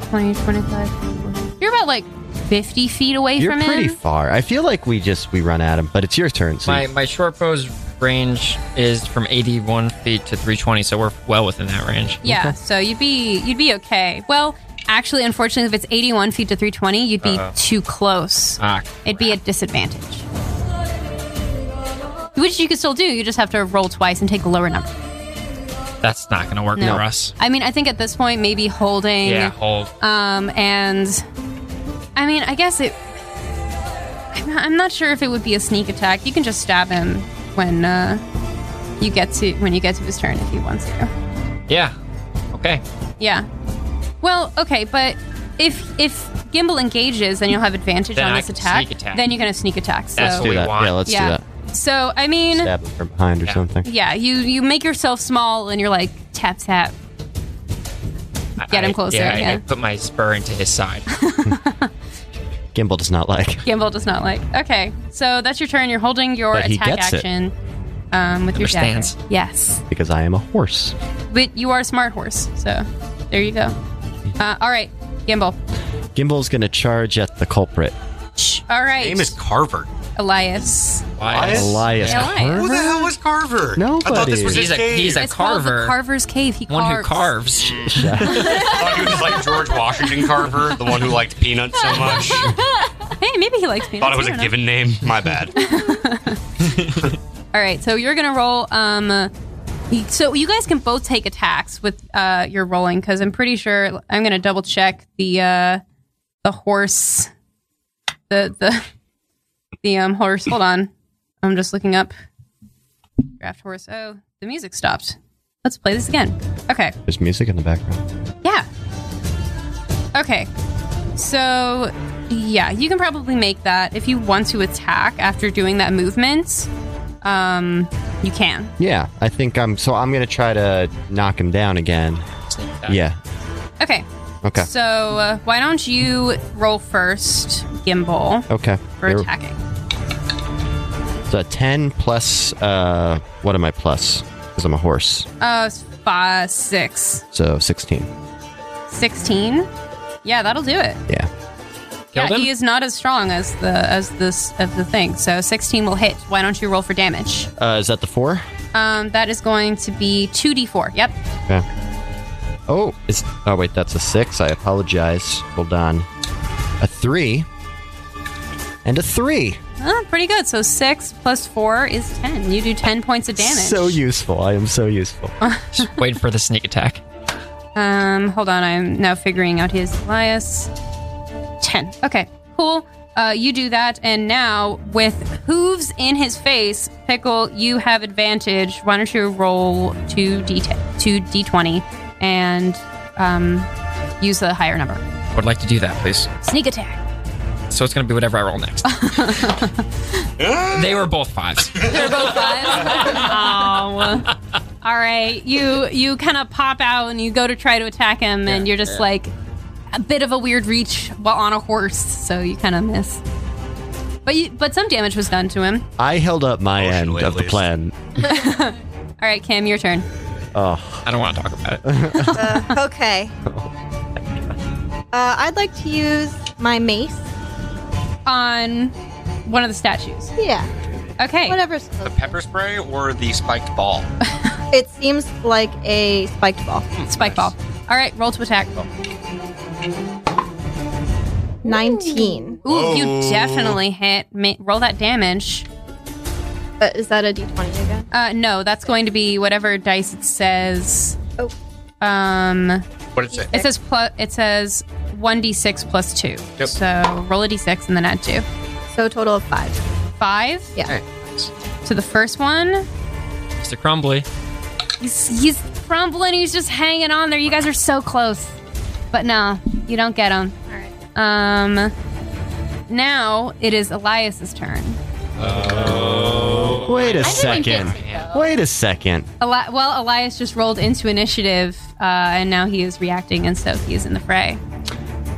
Speaker 1: 20, 25. You're about like 50 feet away
Speaker 6: you're
Speaker 1: from
Speaker 6: pretty
Speaker 1: him.
Speaker 6: far. I feel like we just we run at him, but it's your turn. So
Speaker 3: My my short bow's range is from 81 feet to 320, so we're well within that range.
Speaker 1: yeah, so you'd be you'd be okay. Well, actually unfortunately if it's 81 feet to 320, you'd
Speaker 3: Uh-huh.
Speaker 1: be too close.
Speaker 3: Ah,
Speaker 1: It'd be a disadvantage. Which you could still do. You just have to roll twice and take a lower number.
Speaker 3: that's not gonna work
Speaker 1: No.
Speaker 3: for us.
Speaker 1: I mean, I think at this point maybe holding
Speaker 3: Yeah, hold.
Speaker 1: Um, and I mean, I guess it. I'm not, I'm not sure if it would be a sneak attack. You can just stab him when uh, you get to when you get to his turn if he wants to.
Speaker 3: Yeah. Okay.
Speaker 1: Yeah. Well, okay, but if if Gimbal engages, then you'll have advantage
Speaker 3: Then
Speaker 1: on
Speaker 3: I
Speaker 1: this
Speaker 3: can
Speaker 1: attack.
Speaker 3: sneak attack.
Speaker 1: Then you can sneak attack. So
Speaker 3: That's
Speaker 6: let's
Speaker 3: what
Speaker 6: do
Speaker 3: we
Speaker 6: that.
Speaker 3: want.
Speaker 6: Yeah, let's
Speaker 1: yeah.
Speaker 6: do
Speaker 1: So I mean,
Speaker 6: that. Stab him from behind or
Speaker 3: Yeah.
Speaker 6: something.
Speaker 1: yeah, you you make yourself small and you're like tap tap.
Speaker 3: I-
Speaker 1: Get him
Speaker 3: I-
Speaker 1: closer,
Speaker 3: Yeah, I- I,
Speaker 1: yeah.
Speaker 3: put my spur into
Speaker 1: [laughs]
Speaker 3: his side.
Speaker 6: Gimbal does not like. [laughs]
Speaker 1: Gimbal does not like. Okay, so that's your turn. You're holding your
Speaker 6: But he
Speaker 1: attack
Speaker 6: gets it.
Speaker 1: action um, with your dagger.
Speaker 3: Understands.
Speaker 1: Yes,
Speaker 6: because I am a horse.
Speaker 1: but you are a smart horse, so there you go. Uh, all right, Gimbal.
Speaker 6: Gimbal's gonna charge at the culprit.
Speaker 1: Shh. All right,
Speaker 2: Name is Carver.
Speaker 1: Elias.
Speaker 3: Why?
Speaker 6: Elias.
Speaker 1: Yeah, why?
Speaker 2: Who the
Speaker 6: Carver?
Speaker 2: hell is Carver? I thought this
Speaker 6: Nobody.
Speaker 2: was his
Speaker 3: He's a-
Speaker 2: cave.
Speaker 3: he's a-
Speaker 1: it's called the
Speaker 3: carver.
Speaker 1: Carver's Cave. He
Speaker 3: One who
Speaker 1: carves.
Speaker 3: carves.
Speaker 2: I thought he was like George Washington Carver, the one who liked peanuts so
Speaker 1: [laughs]
Speaker 2: much.
Speaker 1: [laughs] Hey, maybe he likes peanuts.
Speaker 2: thought it was
Speaker 1: I
Speaker 2: a
Speaker 1: don't know.
Speaker 2: given name. My bad.
Speaker 1: [laughs] All right, so you're gonna roll. Um, y- so you guys can both take attacks with uh, your rolling because I'm pretty sure I'm gonna double check the uh, the horse, the the the um horse. Hold on, I'm just looking up draft horse. Oh, the music stopped. Let's play this again. Okay,
Speaker 6: There's music in the background.
Speaker 1: yeah. Okay, so yeah, you can probably make that if you want to attack after doing that movement. Um, you can.
Speaker 6: Yeah, I think I'm. So I'm gonna try to knock him down again.
Speaker 3: Sneak attack.
Speaker 6: [laughs] Yeah.
Speaker 1: Okay.
Speaker 6: Okay.
Speaker 1: So uh, why don't you roll first, Gimbal,
Speaker 6: Okay.
Speaker 1: for
Speaker 6: There-
Speaker 1: attacking?
Speaker 6: So 10 plus, uh, what am I plus? Because I'm a horse.
Speaker 1: Uh, s- five, six,
Speaker 6: So 16.
Speaker 1: 16. Yeah, that'll do it.
Speaker 6: Yeah.
Speaker 3: Killed
Speaker 1: yeah,
Speaker 3: him?
Speaker 1: he is not as strong as the as this of the thing. So 16 will hit. Why don't you roll for damage?
Speaker 6: Uh, is that the four?
Speaker 1: Um, that is going to be 2d4. Yep.
Speaker 6: Okay. Oh, it's, oh wait, that's a six. I apologize. Hold on. A three. And a three.
Speaker 1: Oh, pretty good. So six plus four is ten. You do ten points of damage.
Speaker 6: So useful. I am so useful.
Speaker 3: Just waiting for the sneak attack.
Speaker 1: Um, hold on. I'm now figuring out his Elias. 10. Okay, cool. Uh, you do that, and now with hooves in his face, Pickle, you have advantage. Why don't you roll 2d10, 2d20 and um, use the higher number?
Speaker 3: I would like to do that, please.
Speaker 1: Sneak attack.
Speaker 3: So it's going to be whatever I
Speaker 1: [laughs]
Speaker 3: roll next. they were both fives.
Speaker 1: They're both fives. oh. All right, you you kind of pop out and you go to try to attack him, and you're just like a bit of a weird reach while on a horse, so you kind of miss. But you, but some damage was done to him.
Speaker 6: I held up my end
Speaker 2: Emotionally, at
Speaker 6: of the
Speaker 2: least.
Speaker 6: plan.
Speaker 1: All right, Kim, your turn.
Speaker 6: Oh,
Speaker 3: I don't want to talk about it.
Speaker 6: [laughs]
Speaker 5: Uh, okay. Uh, I'd like to use my mace.
Speaker 1: On one of the statues.
Speaker 5: Yeah.
Speaker 1: Okay.
Speaker 5: Whatever's
Speaker 2: The
Speaker 5: closest.
Speaker 2: pepper spray or the spiked ball?
Speaker 5: It seems like a spiked ball.
Speaker 1: Spike ball. All right, roll to attack.
Speaker 5: Nineteen.
Speaker 1: Ooh, you definitely hit. Ma- roll that damage.
Speaker 5: Uh, is that a D twenty again?
Speaker 1: Uh, no, that's going to be whatever dice it says.
Speaker 5: Oh.
Speaker 1: Um,
Speaker 2: What is it?
Speaker 1: it says plus. It says one d six plus two.
Speaker 2: Yep.
Speaker 1: So roll a d six and then add two.
Speaker 5: So a total of five.
Speaker 1: Five
Speaker 5: Yeah.
Speaker 1: to the first one.
Speaker 3: Mr. Crumbly.
Speaker 1: He's, he's crumbling. He's just hanging on there. You guys are so close. But no, you don't get him. All right. Um, now it is Elias's turn.
Speaker 6: wait a
Speaker 4: I didn't
Speaker 6: second.
Speaker 4: get it, though.
Speaker 6: Wait a second.
Speaker 1: Eli- well, Elias just rolled into initiative, uh, and now he is reacting, and so he is in the fray.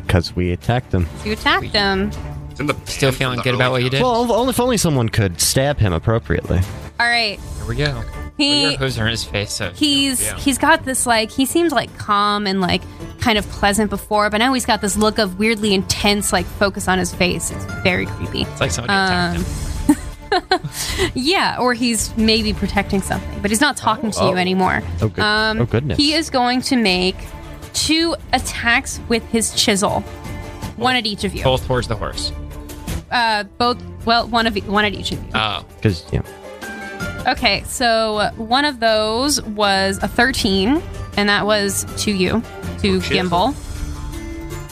Speaker 6: Because we attacked him.
Speaker 1: So you attacked him.
Speaker 2: It's in the
Speaker 3: Still feeling good about what you did?
Speaker 6: Well, only if only someone could stab him appropriately.
Speaker 1: All right.
Speaker 3: Here we go.
Speaker 1: He-
Speaker 3: Well, your hooves are in his face, so.
Speaker 1: He's he's got this like he seemed like calm and like kind of pleasant before, but now he's got this look of weirdly intense like focus on his face. It's very creepy.
Speaker 3: It's like somebody
Speaker 1: uh,
Speaker 3: attacked him.
Speaker 1: Yeah, or he's maybe protecting something, but he's not talking to you anymore. Um,
Speaker 6: Oh, good- oh, goodness.
Speaker 1: He is going to make two attacks with his chisel, one at each of you.
Speaker 6: Oh.
Speaker 3: Both towards the horse.
Speaker 1: Uh, both. Well, one of e- one at each of you.
Speaker 6: Uh.
Speaker 3: Oh.
Speaker 6: Because yeah,
Speaker 1: Okay, so one of those was a thirteen, and that was to you,
Speaker 6: Oh,
Speaker 1: to Gimbal.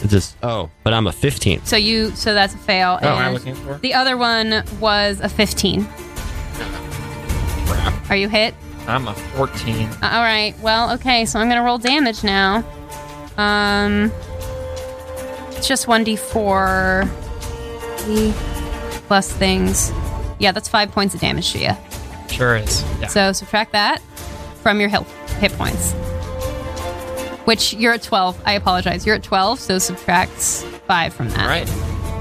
Speaker 6: it's just oh, but I'm a 15.
Speaker 1: So you, so that's a fail.
Speaker 3: Oh, am I
Speaker 1: and
Speaker 3: looking for?
Speaker 1: The other one was a fifteen. Are you hit?
Speaker 3: I'm a 14.
Speaker 1: Uh, All right. Well, okay. So I'm gonna roll damage now. Um, it's just one d4 plus things. Yeah, that's five points of damage to you.
Speaker 3: Sure is. Yeah.
Speaker 1: So subtract that from your health hit points. Which you're at 12. I apologize. You're at 12, so subtract 5 from that.
Speaker 3: All right.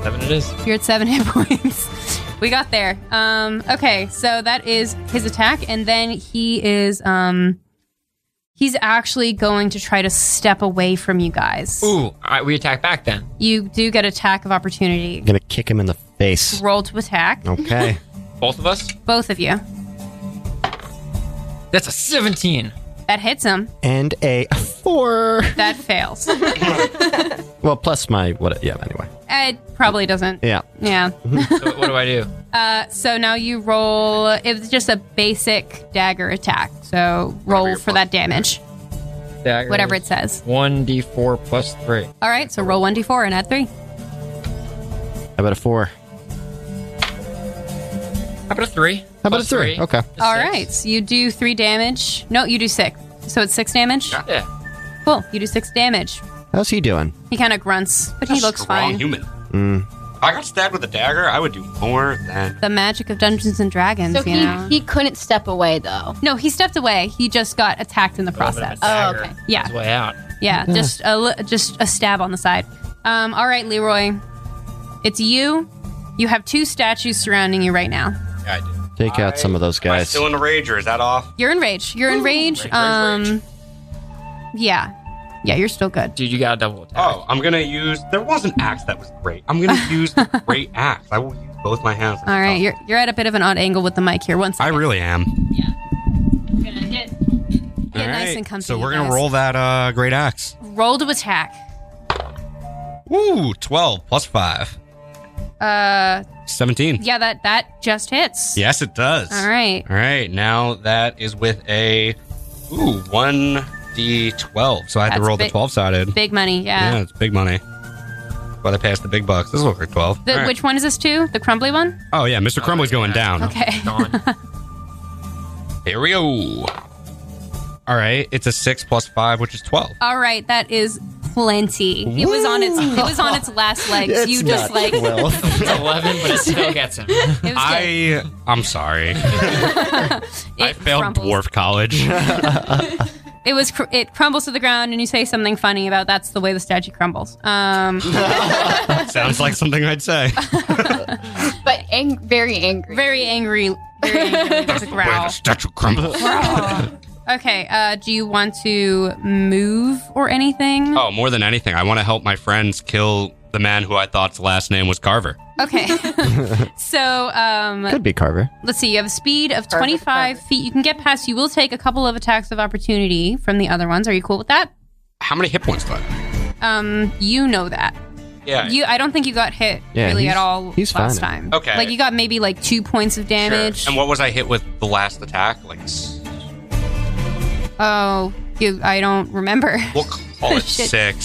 Speaker 3: Seven it is.
Speaker 1: You're at 7 [laughs] hit points. we got there. Um, okay, so that is his attack and then he is um he's actually going to try to step away from you guys.
Speaker 3: Ooh, all right, we attack back then.
Speaker 1: You do get attack of opportunity.
Speaker 6: I'm gonna kick him in the face.
Speaker 1: Roll to attack, [laughs]
Speaker 6: Okay.
Speaker 3: Both of us?
Speaker 1: both of you.
Speaker 3: That's a 17.
Speaker 1: That hits him.
Speaker 6: and a four.
Speaker 1: That fails.
Speaker 6: Well, plus my what? Yeah. Anyway.
Speaker 1: it probably doesn't.
Speaker 6: Yeah.
Speaker 1: Yeah.
Speaker 3: So
Speaker 1: [laughs]
Speaker 3: what do I do?
Speaker 1: Uh, so now you roll. It was just a basic dagger attack. So roll
Speaker 2: your
Speaker 1: for that damage,
Speaker 3: Dagger
Speaker 1: whatever
Speaker 3: is
Speaker 1: it says.
Speaker 3: 1d4 plus 3.
Speaker 1: All right. So roll one d4 and add three.
Speaker 6: How about a four?
Speaker 3: How about a 3? How
Speaker 6: about a three? Okay.
Speaker 1: All right. So you do three damage. No, you do six. So it's six damage.
Speaker 3: Yeah.
Speaker 1: Cool. You do six damage.
Speaker 6: How's he doing?
Speaker 1: He kind of grunts, but he looks
Speaker 2: Strong
Speaker 1: fine.
Speaker 2: human. If I got stabbed with a dagger, I would do more than.
Speaker 1: The magic of Dungeons and Dragons.
Speaker 4: So
Speaker 1: you know.
Speaker 4: he, he couldn't step away though.
Speaker 1: no, he stepped away. He just got attacked in the process.
Speaker 4: Oh, okay.
Speaker 1: Yeah.
Speaker 3: His way out.
Speaker 1: Yeah, just a li- just a stab on the side. Um, all right, Leroy, it's you. You have two statues surrounding you right now.
Speaker 2: Yeah, I did.
Speaker 6: Take out some of those
Speaker 2: Am I
Speaker 6: guys.
Speaker 2: still in a rage or is that off?
Speaker 1: You're in rage. You're in rage.
Speaker 3: rage,
Speaker 1: um,
Speaker 3: rage.
Speaker 1: yeah, yeah, you're still good.
Speaker 3: Dude, you got a double attack.
Speaker 2: Oh, I'm gonna use. There was an axe that was great. I'm
Speaker 1: [laughs]
Speaker 2: gonna use the great axe. I will use both my hands.
Speaker 1: All right, you're you're at a bit of an odd angle with the mic here. Once
Speaker 2: Oh. I really am.
Speaker 1: Get nice and comfy,
Speaker 2: So we're
Speaker 1: you
Speaker 2: gonna
Speaker 1: guys.
Speaker 2: roll that uh, great axe.
Speaker 1: roll to attack.
Speaker 2: Woo! Twelve plus five.
Speaker 1: Uh,
Speaker 2: 17.
Speaker 1: yeah, that that just hits.
Speaker 2: Yes, it does.
Speaker 1: All right.
Speaker 2: All right. Now that is with a ooh one d twelve. So I had to
Speaker 1: That's
Speaker 2: roll the
Speaker 1: big.
Speaker 2: twelve sided.
Speaker 1: Big money.
Speaker 2: Yeah,
Speaker 1: Yeah.
Speaker 2: it's big money. But I passed the big bucks. This is over twelve.
Speaker 1: The,
Speaker 2: All right.
Speaker 1: Which one is this to? The crumbly one?
Speaker 2: oh yeah, Mr. Crumbly's going down.
Speaker 1: Okay. [laughs]
Speaker 3: Gone.
Speaker 2: Here we go. All right, it's a six plus five, which is twelve.
Speaker 1: All right, that is plenty. It was on its it was on its last legs. you just like
Speaker 6: well.
Speaker 1: [laughs]
Speaker 3: It's 11, but it still gets him.
Speaker 1: it was good.
Speaker 2: I
Speaker 1: [laughs]
Speaker 2: I'm sorry. I
Speaker 1: It
Speaker 2: failed
Speaker 1: crumbles. [laughs]
Speaker 2: dwarf college.
Speaker 1: It was cr- it crumbles to the ground, and you say something funny about that's the way the statue crumbles.
Speaker 2: [laughs]
Speaker 1: Um,
Speaker 2: Sounds like something I'd say.
Speaker 4: but ang- very angry.
Speaker 1: very angry, very
Speaker 2: [laughs]
Speaker 1: angry. There's a growl.
Speaker 2: statue crumbles.
Speaker 1: Okay. Uh, do you want to move or anything?
Speaker 2: Oh, more than anything, I want to help my friends kill the man who I thought's last name was Carver. [laughs]
Speaker 1: Okay. [laughs] so um,
Speaker 6: Could be Carver.
Speaker 1: let's see. You have a speed of 25 feet. You can get past. You will take a couple of attacks of opportunity from the other ones. Are you cool with that?
Speaker 2: How many hit points left?
Speaker 1: Um, you know that.
Speaker 2: Yeah.
Speaker 1: You, I don't think you got hit
Speaker 6: Yeah,
Speaker 1: really
Speaker 6: he's-
Speaker 1: at all
Speaker 6: he's
Speaker 1: last
Speaker 6: fine.
Speaker 1: time.
Speaker 2: Okay.
Speaker 1: like you got maybe like two points of
Speaker 2: Sure.
Speaker 1: damage.
Speaker 2: And what was I hit with the last attack? Like, s-
Speaker 1: oh, you, I don't remember. [laughs]
Speaker 2: we'll call it
Speaker 1: Shit.
Speaker 2: six.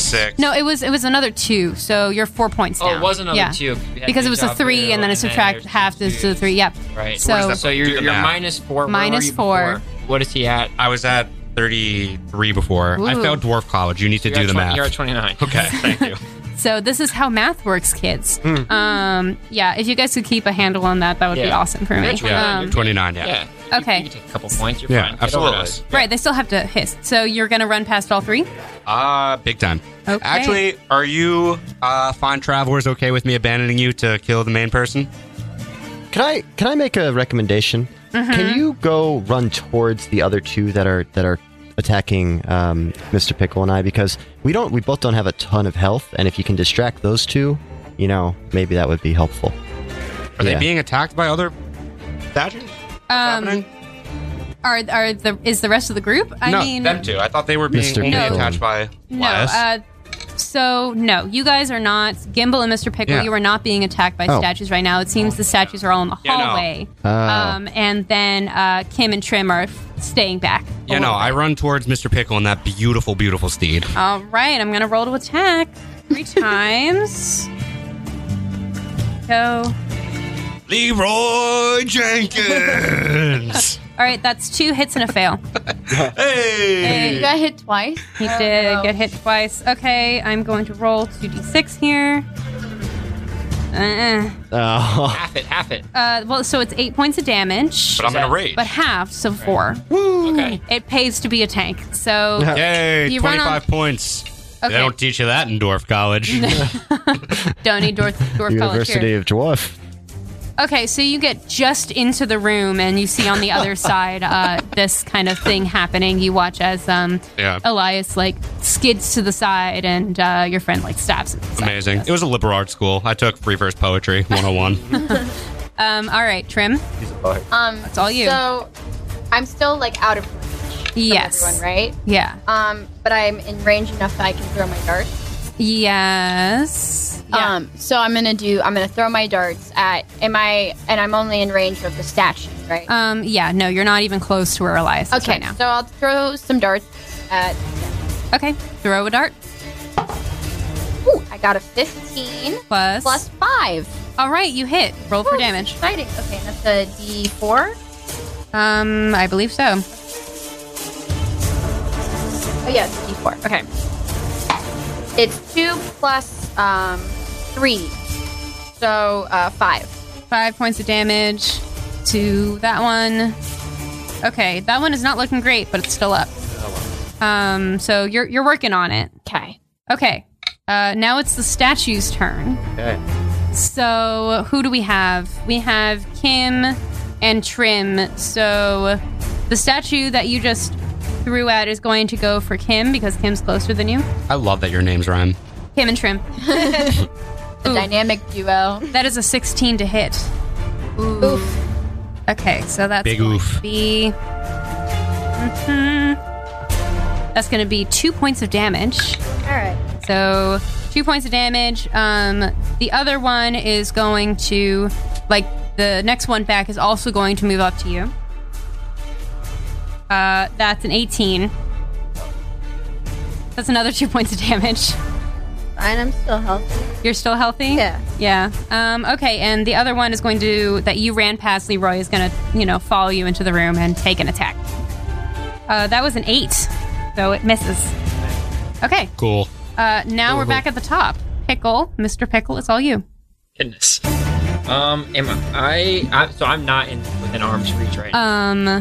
Speaker 2: Six.
Speaker 1: No, it was it was another two. So you're four points
Speaker 3: Oh,
Speaker 1: down.
Speaker 3: it was another
Speaker 1: yeah.
Speaker 3: two. We had
Speaker 1: because it
Speaker 3: the
Speaker 1: was a
Speaker 3: job
Speaker 1: three,
Speaker 3: there,
Speaker 1: and then a
Speaker 3: there's
Speaker 1: subtract
Speaker 3: two
Speaker 1: half to the
Speaker 3: twos.
Speaker 1: three. Yep.
Speaker 3: Right.
Speaker 1: So-
Speaker 2: Where's
Speaker 3: So you're,
Speaker 2: Do the
Speaker 3: you're
Speaker 2: math.
Speaker 3: minus four. Where were
Speaker 1: Minus
Speaker 3: you before? What is he at?
Speaker 2: I was at 33 before. I
Speaker 1: Ooh.
Speaker 2: failed dwarf college. You need to
Speaker 3: You're
Speaker 2: do
Speaker 3: at
Speaker 2: the
Speaker 3: 20
Speaker 2: math.
Speaker 3: You're at 29.
Speaker 2: [laughs] okay,
Speaker 1: [laughs]
Speaker 2: thank you.
Speaker 1: So this is how math works, kids.
Speaker 2: Hmm.
Speaker 1: um, yeah. If you guys could keep a handle on that, that would be
Speaker 3: Yeah.
Speaker 1: awesome for me.
Speaker 3: That's right.
Speaker 2: Yeah,
Speaker 1: Um,
Speaker 2: 29, yeah.
Speaker 3: Yeah.
Speaker 1: Okay.
Speaker 3: You, you take a couple points. You're
Speaker 2: Yeah,
Speaker 3: fine. Get
Speaker 2: absolutely.
Speaker 3: over this.
Speaker 1: Right, they still have to hiss. So you're gonna run past all three.
Speaker 2: Ah, big time.
Speaker 1: Okay.
Speaker 2: Actually, are you uh, fine travelers okay with me abandoning you to kill the main person?
Speaker 6: Can I can I make a recommendation?
Speaker 4: Mm-hmm.
Speaker 6: Can you go run towards the other two that are that are attacking um, Mr. Pickle and I because we don't we both don't have a ton of health and if you can distract those two, you know, maybe that would
Speaker 4: [laughs]
Speaker 6: be helpful.
Speaker 2: Are they
Speaker 6: Yeah.
Speaker 2: being attacked by other badgers?
Speaker 1: Um, are are the is the rest of the group? I
Speaker 2: no,
Speaker 1: mean,
Speaker 2: them two. I thought they were being
Speaker 6: Mr.
Speaker 2: only
Speaker 1: No.
Speaker 2: attacked by
Speaker 1: no.
Speaker 2: Elias.
Speaker 1: Uh, so no, you guys are not. Gimbal and Mr. Pickle,
Speaker 2: Yeah.
Speaker 1: you are not being attacked by
Speaker 6: Oh.
Speaker 1: statues right now. It seems the statues are all in the
Speaker 2: Yeah, no.
Speaker 1: hallway.
Speaker 6: Oh.
Speaker 1: Um, and then uh, Kim and Trim are f- staying back. a
Speaker 2: yeah, no,
Speaker 1: little
Speaker 2: I
Speaker 1: bit.
Speaker 2: run towards Mr. Pickle and that beautiful, beautiful steed.
Speaker 1: All right, I'm gonna roll to attack
Speaker 2: [laughs]
Speaker 1: three times. Go.
Speaker 2: Leroy Jenkins! [laughs]
Speaker 1: All right, that's two hits and a fail.
Speaker 2: hey!
Speaker 4: You got hit twice.
Speaker 1: He
Speaker 4: Oh,
Speaker 1: did
Speaker 4: no.
Speaker 1: get hit twice. Okay, I'm going to roll 2d6 here. Uh,
Speaker 6: Oh,
Speaker 3: Half it. Half it.
Speaker 1: uh, well, so it's eight points of damage,
Speaker 2: But I'm in a rage.
Speaker 1: but half, so four. Oh.
Speaker 3: Okay.
Speaker 1: It pays to be a tank. So
Speaker 2: Yay,
Speaker 1: You run
Speaker 2: 25
Speaker 1: on-
Speaker 2: points.
Speaker 1: Okay.
Speaker 2: They don't teach you that in Dwarf
Speaker 1: [laughs]
Speaker 2: College.
Speaker 1: don't need Dwarf, dwarf College
Speaker 6: University
Speaker 1: here.
Speaker 6: of Dwarf.
Speaker 1: Okay, so you get just into the room and you see on the other side uh, this kind of thing happening. You watch as um,
Speaker 2: Yeah.
Speaker 1: Elias like skids to the side and uh, your friend like stabs him.
Speaker 2: Amazing. It was a liberal arts school. I took free
Speaker 1: [laughs]
Speaker 2: verse poetry 101.
Speaker 1: Um, all right, Trim.
Speaker 4: Um,
Speaker 1: That's all you.
Speaker 4: So I'm still like out of range. From
Speaker 1: Yes.
Speaker 4: Everyone, right?
Speaker 1: Yeah.
Speaker 4: Um, but I'm in range enough that I can throw my darts.
Speaker 1: Yes. Yeah.
Speaker 4: Um, so I'm gonna do. I'm gonna throw my darts at. Am I? And I'm only in range of the statue, right?
Speaker 1: Um, yeah, no, you're not even close to where Elias is
Speaker 4: okay.
Speaker 1: right now.
Speaker 4: So I'll throw some darts at.
Speaker 1: Okay, throw a dart.
Speaker 4: Ooh, I got a 15
Speaker 1: Plus.
Speaker 4: plus five
Speaker 1: All right, you hit. Roll for
Speaker 4: Ooh,
Speaker 1: damage.
Speaker 4: Exciting. Okay, and that's a D4.
Speaker 1: Um, I believe so.
Speaker 4: Oh yeah, it's a D4. Okay. It's two plus um three, so uh five.
Speaker 1: Five points of damage to that one. Okay, that one is not looking great, but it's still up. Um, so you're you're working on it.
Speaker 4: Okay.
Speaker 1: Okay. Uh, now it's the statue's turn.
Speaker 6: Okay.
Speaker 1: So who do we have? We have Kim and Trim. So the statue that you just threw at is going to go for Kim because Kim's closer than you.
Speaker 2: I love that your names rhyme.
Speaker 1: Kim and Trim.
Speaker 4: [laughs] The
Speaker 1: Ooh.
Speaker 4: dynamic duo.
Speaker 1: That is a 16 to hit.
Speaker 4: Oof.
Speaker 1: Okay, so that's
Speaker 2: Big
Speaker 1: going
Speaker 2: oof.
Speaker 1: to be. Mhm. That's going to be two points of damage.
Speaker 4: All right.
Speaker 1: So two points of damage. Um, The other one is going to, like, the next one back is also going to move up to you. Uh, that's an 18. That's another two points of damage.
Speaker 5: Fine, I'm still healthy.
Speaker 1: You're still healthy?
Speaker 5: Yeah.
Speaker 1: Yeah. Um, okay, and the other one is going to, that you ran past Leroy, is going to, you know, follow you into the room and take an attack. Uh, that was an eight, so it misses. Okay,
Speaker 7: Cool.
Speaker 1: uh, now we're back at the top. Pickle, Mr. Pickle, it's all you.
Speaker 3: Goodness. Um, am I? I, I so I'm not in within arm's reach right
Speaker 1: Um,
Speaker 3: now.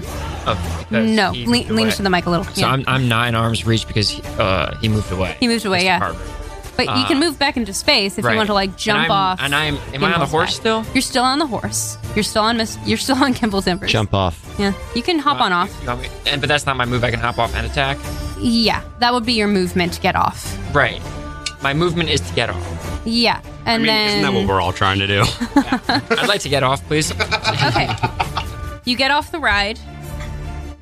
Speaker 3: of- because
Speaker 1: no,
Speaker 3: he
Speaker 1: lean,
Speaker 3: moved
Speaker 1: lean
Speaker 3: away.
Speaker 1: to the mic a little.
Speaker 3: So
Speaker 1: yeah.
Speaker 3: I'm, I'm not in arm's reach because he, uh, he moved away.
Speaker 1: He moved away,
Speaker 3: Mr.
Speaker 1: yeah.
Speaker 3: Carver.
Speaker 1: but you can move back into space if you
Speaker 3: uh, Right.
Speaker 1: want to, like,
Speaker 3: And
Speaker 1: jump
Speaker 3: I'm-
Speaker 1: off.
Speaker 3: and I'm- am I on
Speaker 1: Gimbel's
Speaker 3: the horse
Speaker 1: back.
Speaker 3: still?
Speaker 1: You're still on the horse. You're still on Miss. You're still on Kimball's Embers.
Speaker 6: Jump off.
Speaker 1: Yeah, you can hop
Speaker 3: Uh,
Speaker 1: on off.
Speaker 3: you want me- and, but that's not my move. I can hop off and attack.
Speaker 1: Yeah, that would be your movement to get off.
Speaker 3: Right. My movement is to get off.
Speaker 1: Yeah, and
Speaker 2: I mean,
Speaker 1: then
Speaker 2: isn't that what we're all trying
Speaker 1: [laughs]
Speaker 2: to do?
Speaker 3: I'd like to get off, please.
Speaker 1: okay.
Speaker 2: [laughs]
Speaker 1: You get off the ride,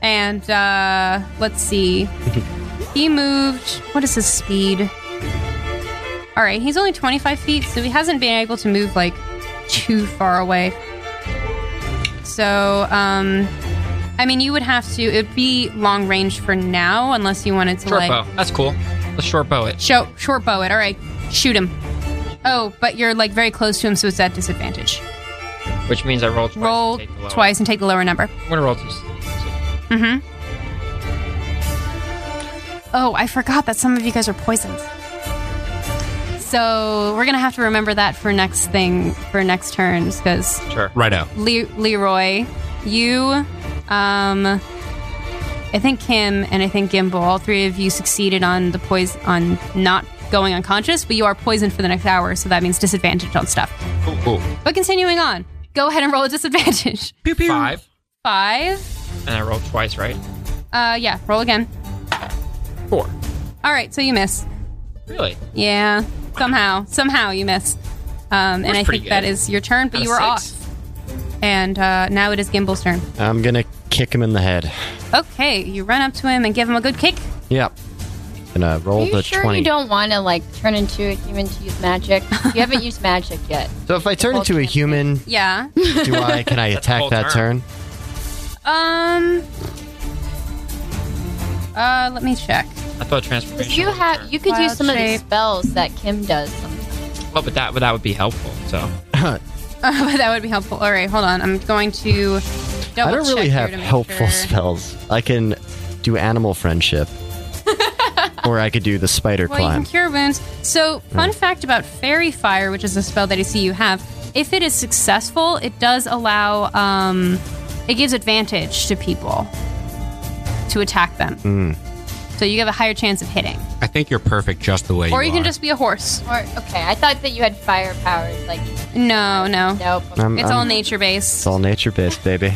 Speaker 1: and uh, let's see.
Speaker 2: [laughs]
Speaker 1: He moved. What is his speed? All right, he's only 25 feet, so he hasn't been able to move like too far away. So, um, I mean, you would have to. It'd be long range for now, unless you wanted to
Speaker 3: Short
Speaker 1: like
Speaker 3: bow. That's cool. Let's short bow it.
Speaker 1: show, short bow it. All right, shoot him. Oh, but you're like very close to him, so it's at disadvantage.
Speaker 3: Which means I roll twice. and
Speaker 1: Roll
Speaker 3: take the lower.
Speaker 1: twice and take the lower number.
Speaker 3: I'm gonna roll two. so-
Speaker 1: Oh, I forgot that some of you guys are poisoned. So we're gonna have to remember that for next thing, for next turns, because
Speaker 3: Sure.
Speaker 7: Righto.
Speaker 1: Le- Leroy, you, um, I think Kim and I think Gimbal, all three of you succeeded on the poison, on not going unconscious, but you are poisoned for the next hour, so that means disadvantage on stuff.
Speaker 2: cool, cool.
Speaker 1: But continuing on, go ahead and roll a disadvantage. [laughs]
Speaker 3: Five.
Speaker 1: Five.
Speaker 3: And I rolled twice, right?
Speaker 1: Uh, yeah, roll again.
Speaker 3: Four.
Speaker 1: All right, so you miss.
Speaker 3: Really?
Speaker 1: Yeah, somehow, somehow you miss. Um, and I
Speaker 3: pretty
Speaker 1: think that
Speaker 3: good.
Speaker 1: is your turn, but
Speaker 3: Out
Speaker 1: you
Speaker 3: of
Speaker 1: are
Speaker 3: six.
Speaker 1: off. And uh, now it is Gimbal's turn.
Speaker 6: I'm gonna kick him in the head.
Speaker 1: Okay, you run up to him and give him a good kick.
Speaker 6: Yep. Gonna roll
Speaker 4: Are you
Speaker 6: the
Speaker 4: sure
Speaker 6: twenty.
Speaker 4: you don't want to like turn into a human to use magic? you haven't used magic
Speaker 7: [laughs]
Speaker 4: yet.
Speaker 6: so if I turn
Speaker 4: Well,
Speaker 6: into a
Speaker 4: can't be.
Speaker 6: human,
Speaker 1: Yeah.
Speaker 6: do I can
Speaker 3: [laughs]
Speaker 6: I
Speaker 3: That's a
Speaker 6: attack
Speaker 3: full
Speaker 6: that
Speaker 3: turn.
Speaker 6: turn?
Speaker 1: Um. Uh, let me check. [laughs]
Speaker 3: I thought transformation.
Speaker 4: Did you
Speaker 3: was a
Speaker 4: have
Speaker 3: turn.
Speaker 4: you could
Speaker 1: Wild
Speaker 4: use some of
Speaker 1: shape.
Speaker 4: the spells that Kim does. Sometimes.
Speaker 3: Well, but that but that would be helpful. So [laughs]
Speaker 1: Uh, but that would be helpful. All right, hold on. I'm going to.
Speaker 6: I
Speaker 1: Double
Speaker 6: don't
Speaker 1: check
Speaker 6: really
Speaker 1: here
Speaker 6: have
Speaker 1: to make
Speaker 6: helpful
Speaker 1: sure.
Speaker 6: spells. I can do
Speaker 1: [laughs]
Speaker 6: animal friendship. or I could do the spider
Speaker 1: Well, you
Speaker 6: climb.
Speaker 1: can cure wounds. So, fun fact about Fairy Fire, which is a spell that I see you have, if it is successful, it does allow, um, it gives advantage to people to attack them.
Speaker 6: Mm.
Speaker 1: So you have a higher chance of hitting.
Speaker 7: I think you're perfect just the way you are.
Speaker 1: or you can just be a horse.
Speaker 4: Or okay, I thought that you had fire powers. Like
Speaker 1: No, Oh, no. Um,
Speaker 4: nope.
Speaker 6: I'm-
Speaker 1: It's all
Speaker 6: I'm-
Speaker 1: nature based.
Speaker 6: It's all nature
Speaker 1: [laughs]
Speaker 6: based, baby.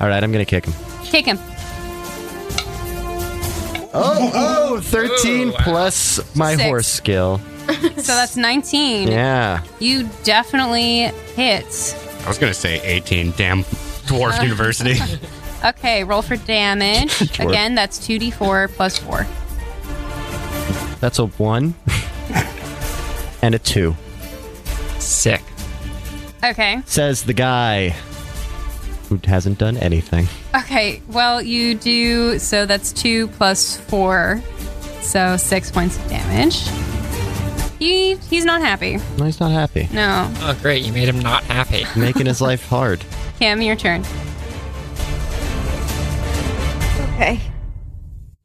Speaker 6: all right, I'm gonna kick him.
Speaker 1: Kick him.
Speaker 6: Oh, 13
Speaker 3: wow.
Speaker 6: plus my
Speaker 1: Six.
Speaker 6: horse skill.
Speaker 1: So that's 19.
Speaker 6: Yeah.
Speaker 1: You definitely hit.
Speaker 2: I was gonna say 18. Damn,
Speaker 1: [laughs]
Speaker 2: dwarf university.
Speaker 1: Okay, roll for damage.
Speaker 6: [laughs] Sure.
Speaker 1: Again, that's 2d4 plus 4.
Speaker 6: That's a one [laughs] and a two.
Speaker 3: sick.
Speaker 1: Okay.
Speaker 6: Says the guy who hasn't done anything.
Speaker 1: Okay, well, you do. So that's two plus four. So six points of damage. He, he's not happy.
Speaker 6: No, he's not
Speaker 1: [laughs]
Speaker 6: happy.
Speaker 1: No.
Speaker 3: Oh, great! You made him not happy.
Speaker 6: Making his life hard.
Speaker 1: Kim, your turn.
Speaker 5: Okay.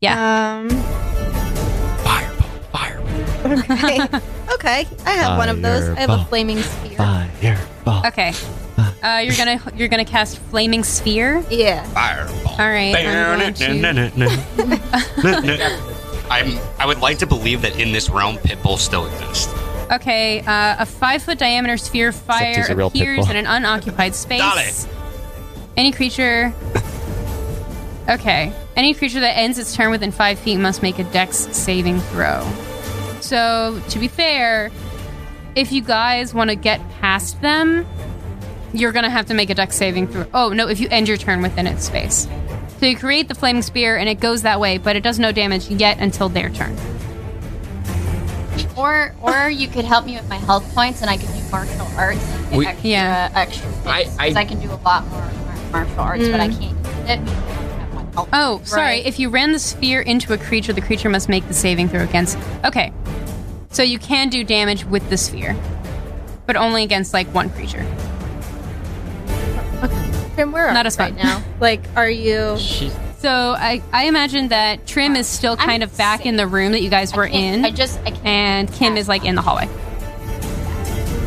Speaker 1: Yeah.
Speaker 5: Um.
Speaker 3: Fireball, fireball.
Speaker 5: Okay. okay. I have one of those. I have a
Speaker 6: Fireball.
Speaker 5: flaming spear.
Speaker 6: Fireball.
Speaker 1: okay. Uh, you're gonna you're gonna cast flaming sphere.
Speaker 5: Yeah.
Speaker 2: Fireball.
Speaker 1: All right, I'm going to-
Speaker 2: [laughs] I'm. I would like to believe that in this realm, pitbulls still exist.
Speaker 1: Okay, uh, a five foot diameter sphere of fire
Speaker 6: he's a real
Speaker 1: appears
Speaker 6: pitbull.
Speaker 1: in an unoccupied space.
Speaker 2: Dale.
Speaker 1: Any
Speaker 6: [laughs]
Speaker 1: creature. Okay. Any creature that ends its turn within five feet must make a dex saving throw. So, to be fair, if you guys want to get past them, you're going to have to make a dex saving throw. Oh, no, if you end your turn within its space. So, you create the flaming spear and it goes that way, but it does no damage yet until their turn.
Speaker 4: Or or you could help me with my health points, and I could do martial arts. And get
Speaker 7: We-
Speaker 4: extra,
Speaker 1: Yeah.
Speaker 4: extra.
Speaker 7: I-
Speaker 4: Because
Speaker 7: I-
Speaker 4: I, can do a lot more mar- martial arts, but I can't use it. because I don't have my health
Speaker 1: Mm. Oh,
Speaker 4: points.
Speaker 1: sorry.
Speaker 4: Right.
Speaker 1: If you ran the sphere into a creature, the creature must make the saving throw against. Okay. So you can do damage with the sphere, but only against like one creature.
Speaker 4: Trim, where are
Speaker 1: Not
Speaker 4: we
Speaker 1: a spot.
Speaker 4: right [laughs] now?
Speaker 5: Like, are you?
Speaker 3: She's
Speaker 1: [laughs] So I, I imagine that Trim is still
Speaker 4: I'm
Speaker 1: kind of back in the room that you guys were
Speaker 4: I can't-
Speaker 1: in,
Speaker 4: I just I can't.
Speaker 1: and Kim is like in the hallway.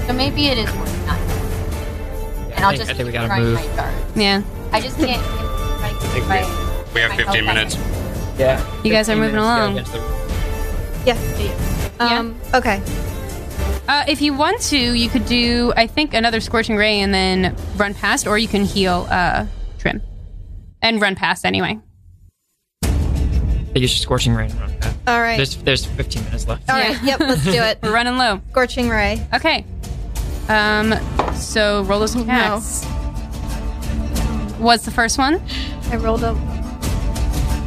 Speaker 4: So maybe it is worth not. And
Speaker 3: I
Speaker 4: I'll
Speaker 3: think-
Speaker 4: just
Speaker 3: I think we
Speaker 4: keep
Speaker 3: gotta
Speaker 4: trying
Speaker 3: move.
Speaker 4: my darts.
Speaker 1: Yeah,
Speaker 4: I just can't. I
Speaker 2: think we-
Speaker 4: my-
Speaker 2: we have
Speaker 4: my
Speaker 2: 15
Speaker 1: [laughs]
Speaker 4: health
Speaker 2: minutes.
Speaker 4: back.
Speaker 3: yeah.
Speaker 1: You guys are 15 moving minutes ago along. against
Speaker 5: Yes. Um. Okay.
Speaker 1: Uh, if you want to, you could do I think another scorching ray and then run past, or you can heal uh, Trim and run past anyway.
Speaker 3: I think it's just scorching rain.
Speaker 5: All right.
Speaker 3: There's there's 15 minutes left.
Speaker 5: All right. Yep. Let's do it.
Speaker 1: We're running low.
Speaker 5: Scorching ray.
Speaker 1: Okay. Um. So roll those attacks. What's the first one?
Speaker 5: I rolled a.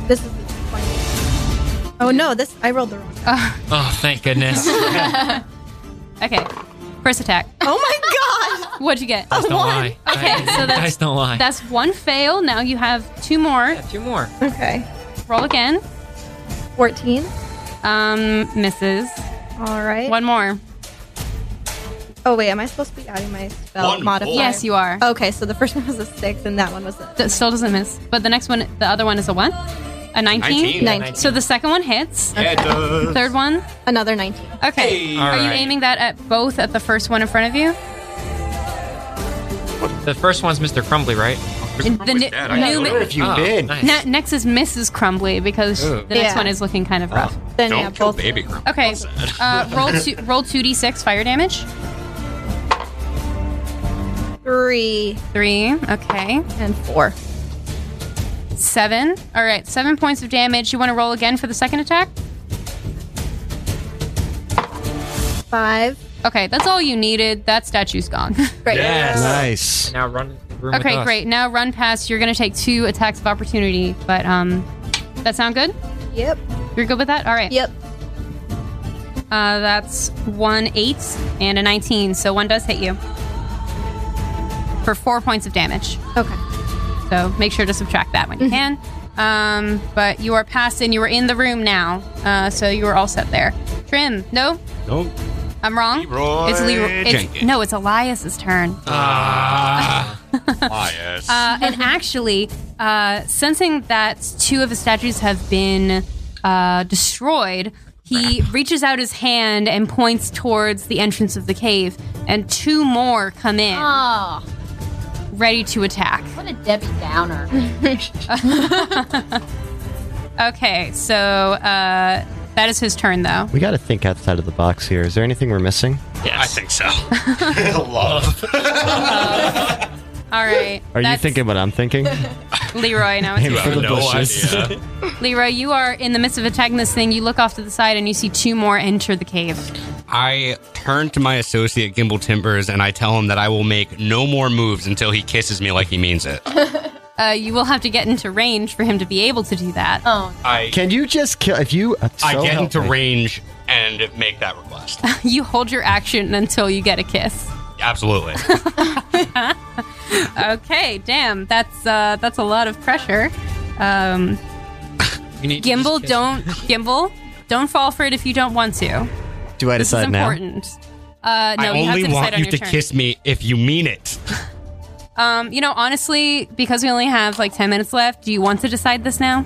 Speaker 5: This is. the 20. Oh no! This I rolled the wrong.
Speaker 3: [laughs] Oh, thank [laughs] goodness. That's
Speaker 1: Okay. First attack. [laughs]
Speaker 5: Oh my god!
Speaker 1: What'd you get?
Speaker 3: don't lie.
Speaker 1: Okay, so that's-
Speaker 3: Guys don't lie.
Speaker 1: That's one fail. Now you have two more.
Speaker 3: Yeah, two more.
Speaker 5: [laughs] Okay.
Speaker 1: Roll again.
Speaker 5: Fourteen.
Speaker 1: Um, misses.
Speaker 5: All right.
Speaker 1: One more.
Speaker 5: Oh wait, am I supposed to be adding my spell
Speaker 2: One
Speaker 5: modifier?
Speaker 2: more.
Speaker 1: Yes, you
Speaker 2: Oh.
Speaker 1: are.
Speaker 5: Okay, so the first one was a six, and that one was a
Speaker 1: That still doesn't miss. But the next one, the other one is a what? A 19?
Speaker 2: 19.
Speaker 5: Nineteen.
Speaker 1: So the second one hits.
Speaker 7: Yeah, duh.
Speaker 1: Third one.
Speaker 5: another nineteen.
Speaker 1: Okay.
Speaker 2: Hey.
Speaker 1: Are you
Speaker 3: Alright.
Speaker 1: aiming that at both at the first one in front of you?
Speaker 3: The first one's Mr. Crumbly, right?
Speaker 1: The
Speaker 2: With
Speaker 1: new,
Speaker 2: that, I
Speaker 1: new
Speaker 2: don't
Speaker 1: mi-
Speaker 2: know.
Speaker 6: have you
Speaker 3: Oh,
Speaker 6: been?
Speaker 3: nice.
Speaker 1: ne- next is Mrs. Crumbly because
Speaker 3: Ooh.
Speaker 1: the next
Speaker 5: Yeah.
Speaker 1: one is looking kind of rough.
Speaker 5: Then yeah,
Speaker 2: Don't kill
Speaker 5: both.
Speaker 2: baby Grump.
Speaker 1: Okay. Uh, roll two, roll two d six fire damage.
Speaker 5: Three
Speaker 1: Three. Okay.
Speaker 5: and four.
Speaker 1: Seven. All right. Seven points of damage. You want to roll again for the second attack?
Speaker 5: Five.
Speaker 1: Okay. That's all you needed. That statue's gone. [laughs]
Speaker 5: Great.
Speaker 3: Yes.
Speaker 6: Nice.
Speaker 3: Now run into the room with
Speaker 1: okay.
Speaker 3: us.
Speaker 1: Great. Now run past. You're gonna take two attacks of opportunity. But um, that sound good?
Speaker 5: Yep.
Speaker 1: You're good with that? All right.
Speaker 5: Yep.
Speaker 1: Uh, that's one eight and a nineteen. So one does hit you for four points of damage.
Speaker 5: Okay.
Speaker 1: So make sure to subtract that when you can. Um, but you are past and you are in the room now. Uh, so you are all set there. Trim, no,
Speaker 7: Nope.
Speaker 1: I'm wrong.
Speaker 2: Leroy
Speaker 1: it's It's,
Speaker 2: Jenkins.
Speaker 1: no, it's Elias's turn.
Speaker 2: Bias. [laughs]
Speaker 1: Uh,
Speaker 6: Uh-huh.
Speaker 1: and actually, uh, sensing that two of his statues have been uh, destroyed, he reaches out his hand and points towards the entrance of the cave, and two more come in,
Speaker 4: Oh,
Speaker 1: ready to attack.
Speaker 4: what a Debbie [laughs] Downer.
Speaker 1: Okay, so uh, that is his turn, though.
Speaker 6: We got to think outside of the box here. Is there anything we're missing?
Speaker 2: I think so. Love.
Speaker 1: All right.
Speaker 6: Are you
Speaker 1: that's
Speaker 6: thinking what I'm [laughs] thinking?
Speaker 1: Leroy? Now it's
Speaker 6: Aim
Speaker 1: you.
Speaker 6: for the
Speaker 2: no
Speaker 6: bushes.
Speaker 2: idea.
Speaker 1: Leroy, you are in the midst of attacking this thing. You look off to the side and you see two more enter the cave.
Speaker 2: I turn to my associate Gimbal Timbers and I tell him that I will make no more moves until he kisses me like he means
Speaker 6: [laughs]
Speaker 2: it.
Speaker 1: Uh, you will have to get into range for him to be able to do that.
Speaker 4: Oh,
Speaker 2: I
Speaker 6: Can you just kill if you? uh,
Speaker 2: I
Speaker 6: so
Speaker 2: get
Speaker 6: help
Speaker 2: into
Speaker 6: me.
Speaker 2: range and make that
Speaker 1: [laughs]
Speaker 2: request.
Speaker 1: [laughs] You hold your action until you get a kiss.
Speaker 2: Absolutely.
Speaker 1: Okay, damn, that's uh, that's a lot of pressure. Um,
Speaker 3: You need to just
Speaker 1: Gimbal,
Speaker 3: kiss-
Speaker 1: don't Gimbal, don't fall for it if you don't want to.
Speaker 6: Do I
Speaker 1: This is
Speaker 6: decide now?
Speaker 1: important. Uh, no,
Speaker 2: I
Speaker 1: you have
Speaker 2: only
Speaker 1: to decide
Speaker 2: want
Speaker 1: on
Speaker 2: you
Speaker 1: your
Speaker 2: to
Speaker 1: turn.
Speaker 2: kiss me if you mean it.
Speaker 1: Um, you know, honestly, because we only have like ten minutes left, do you want to decide this now?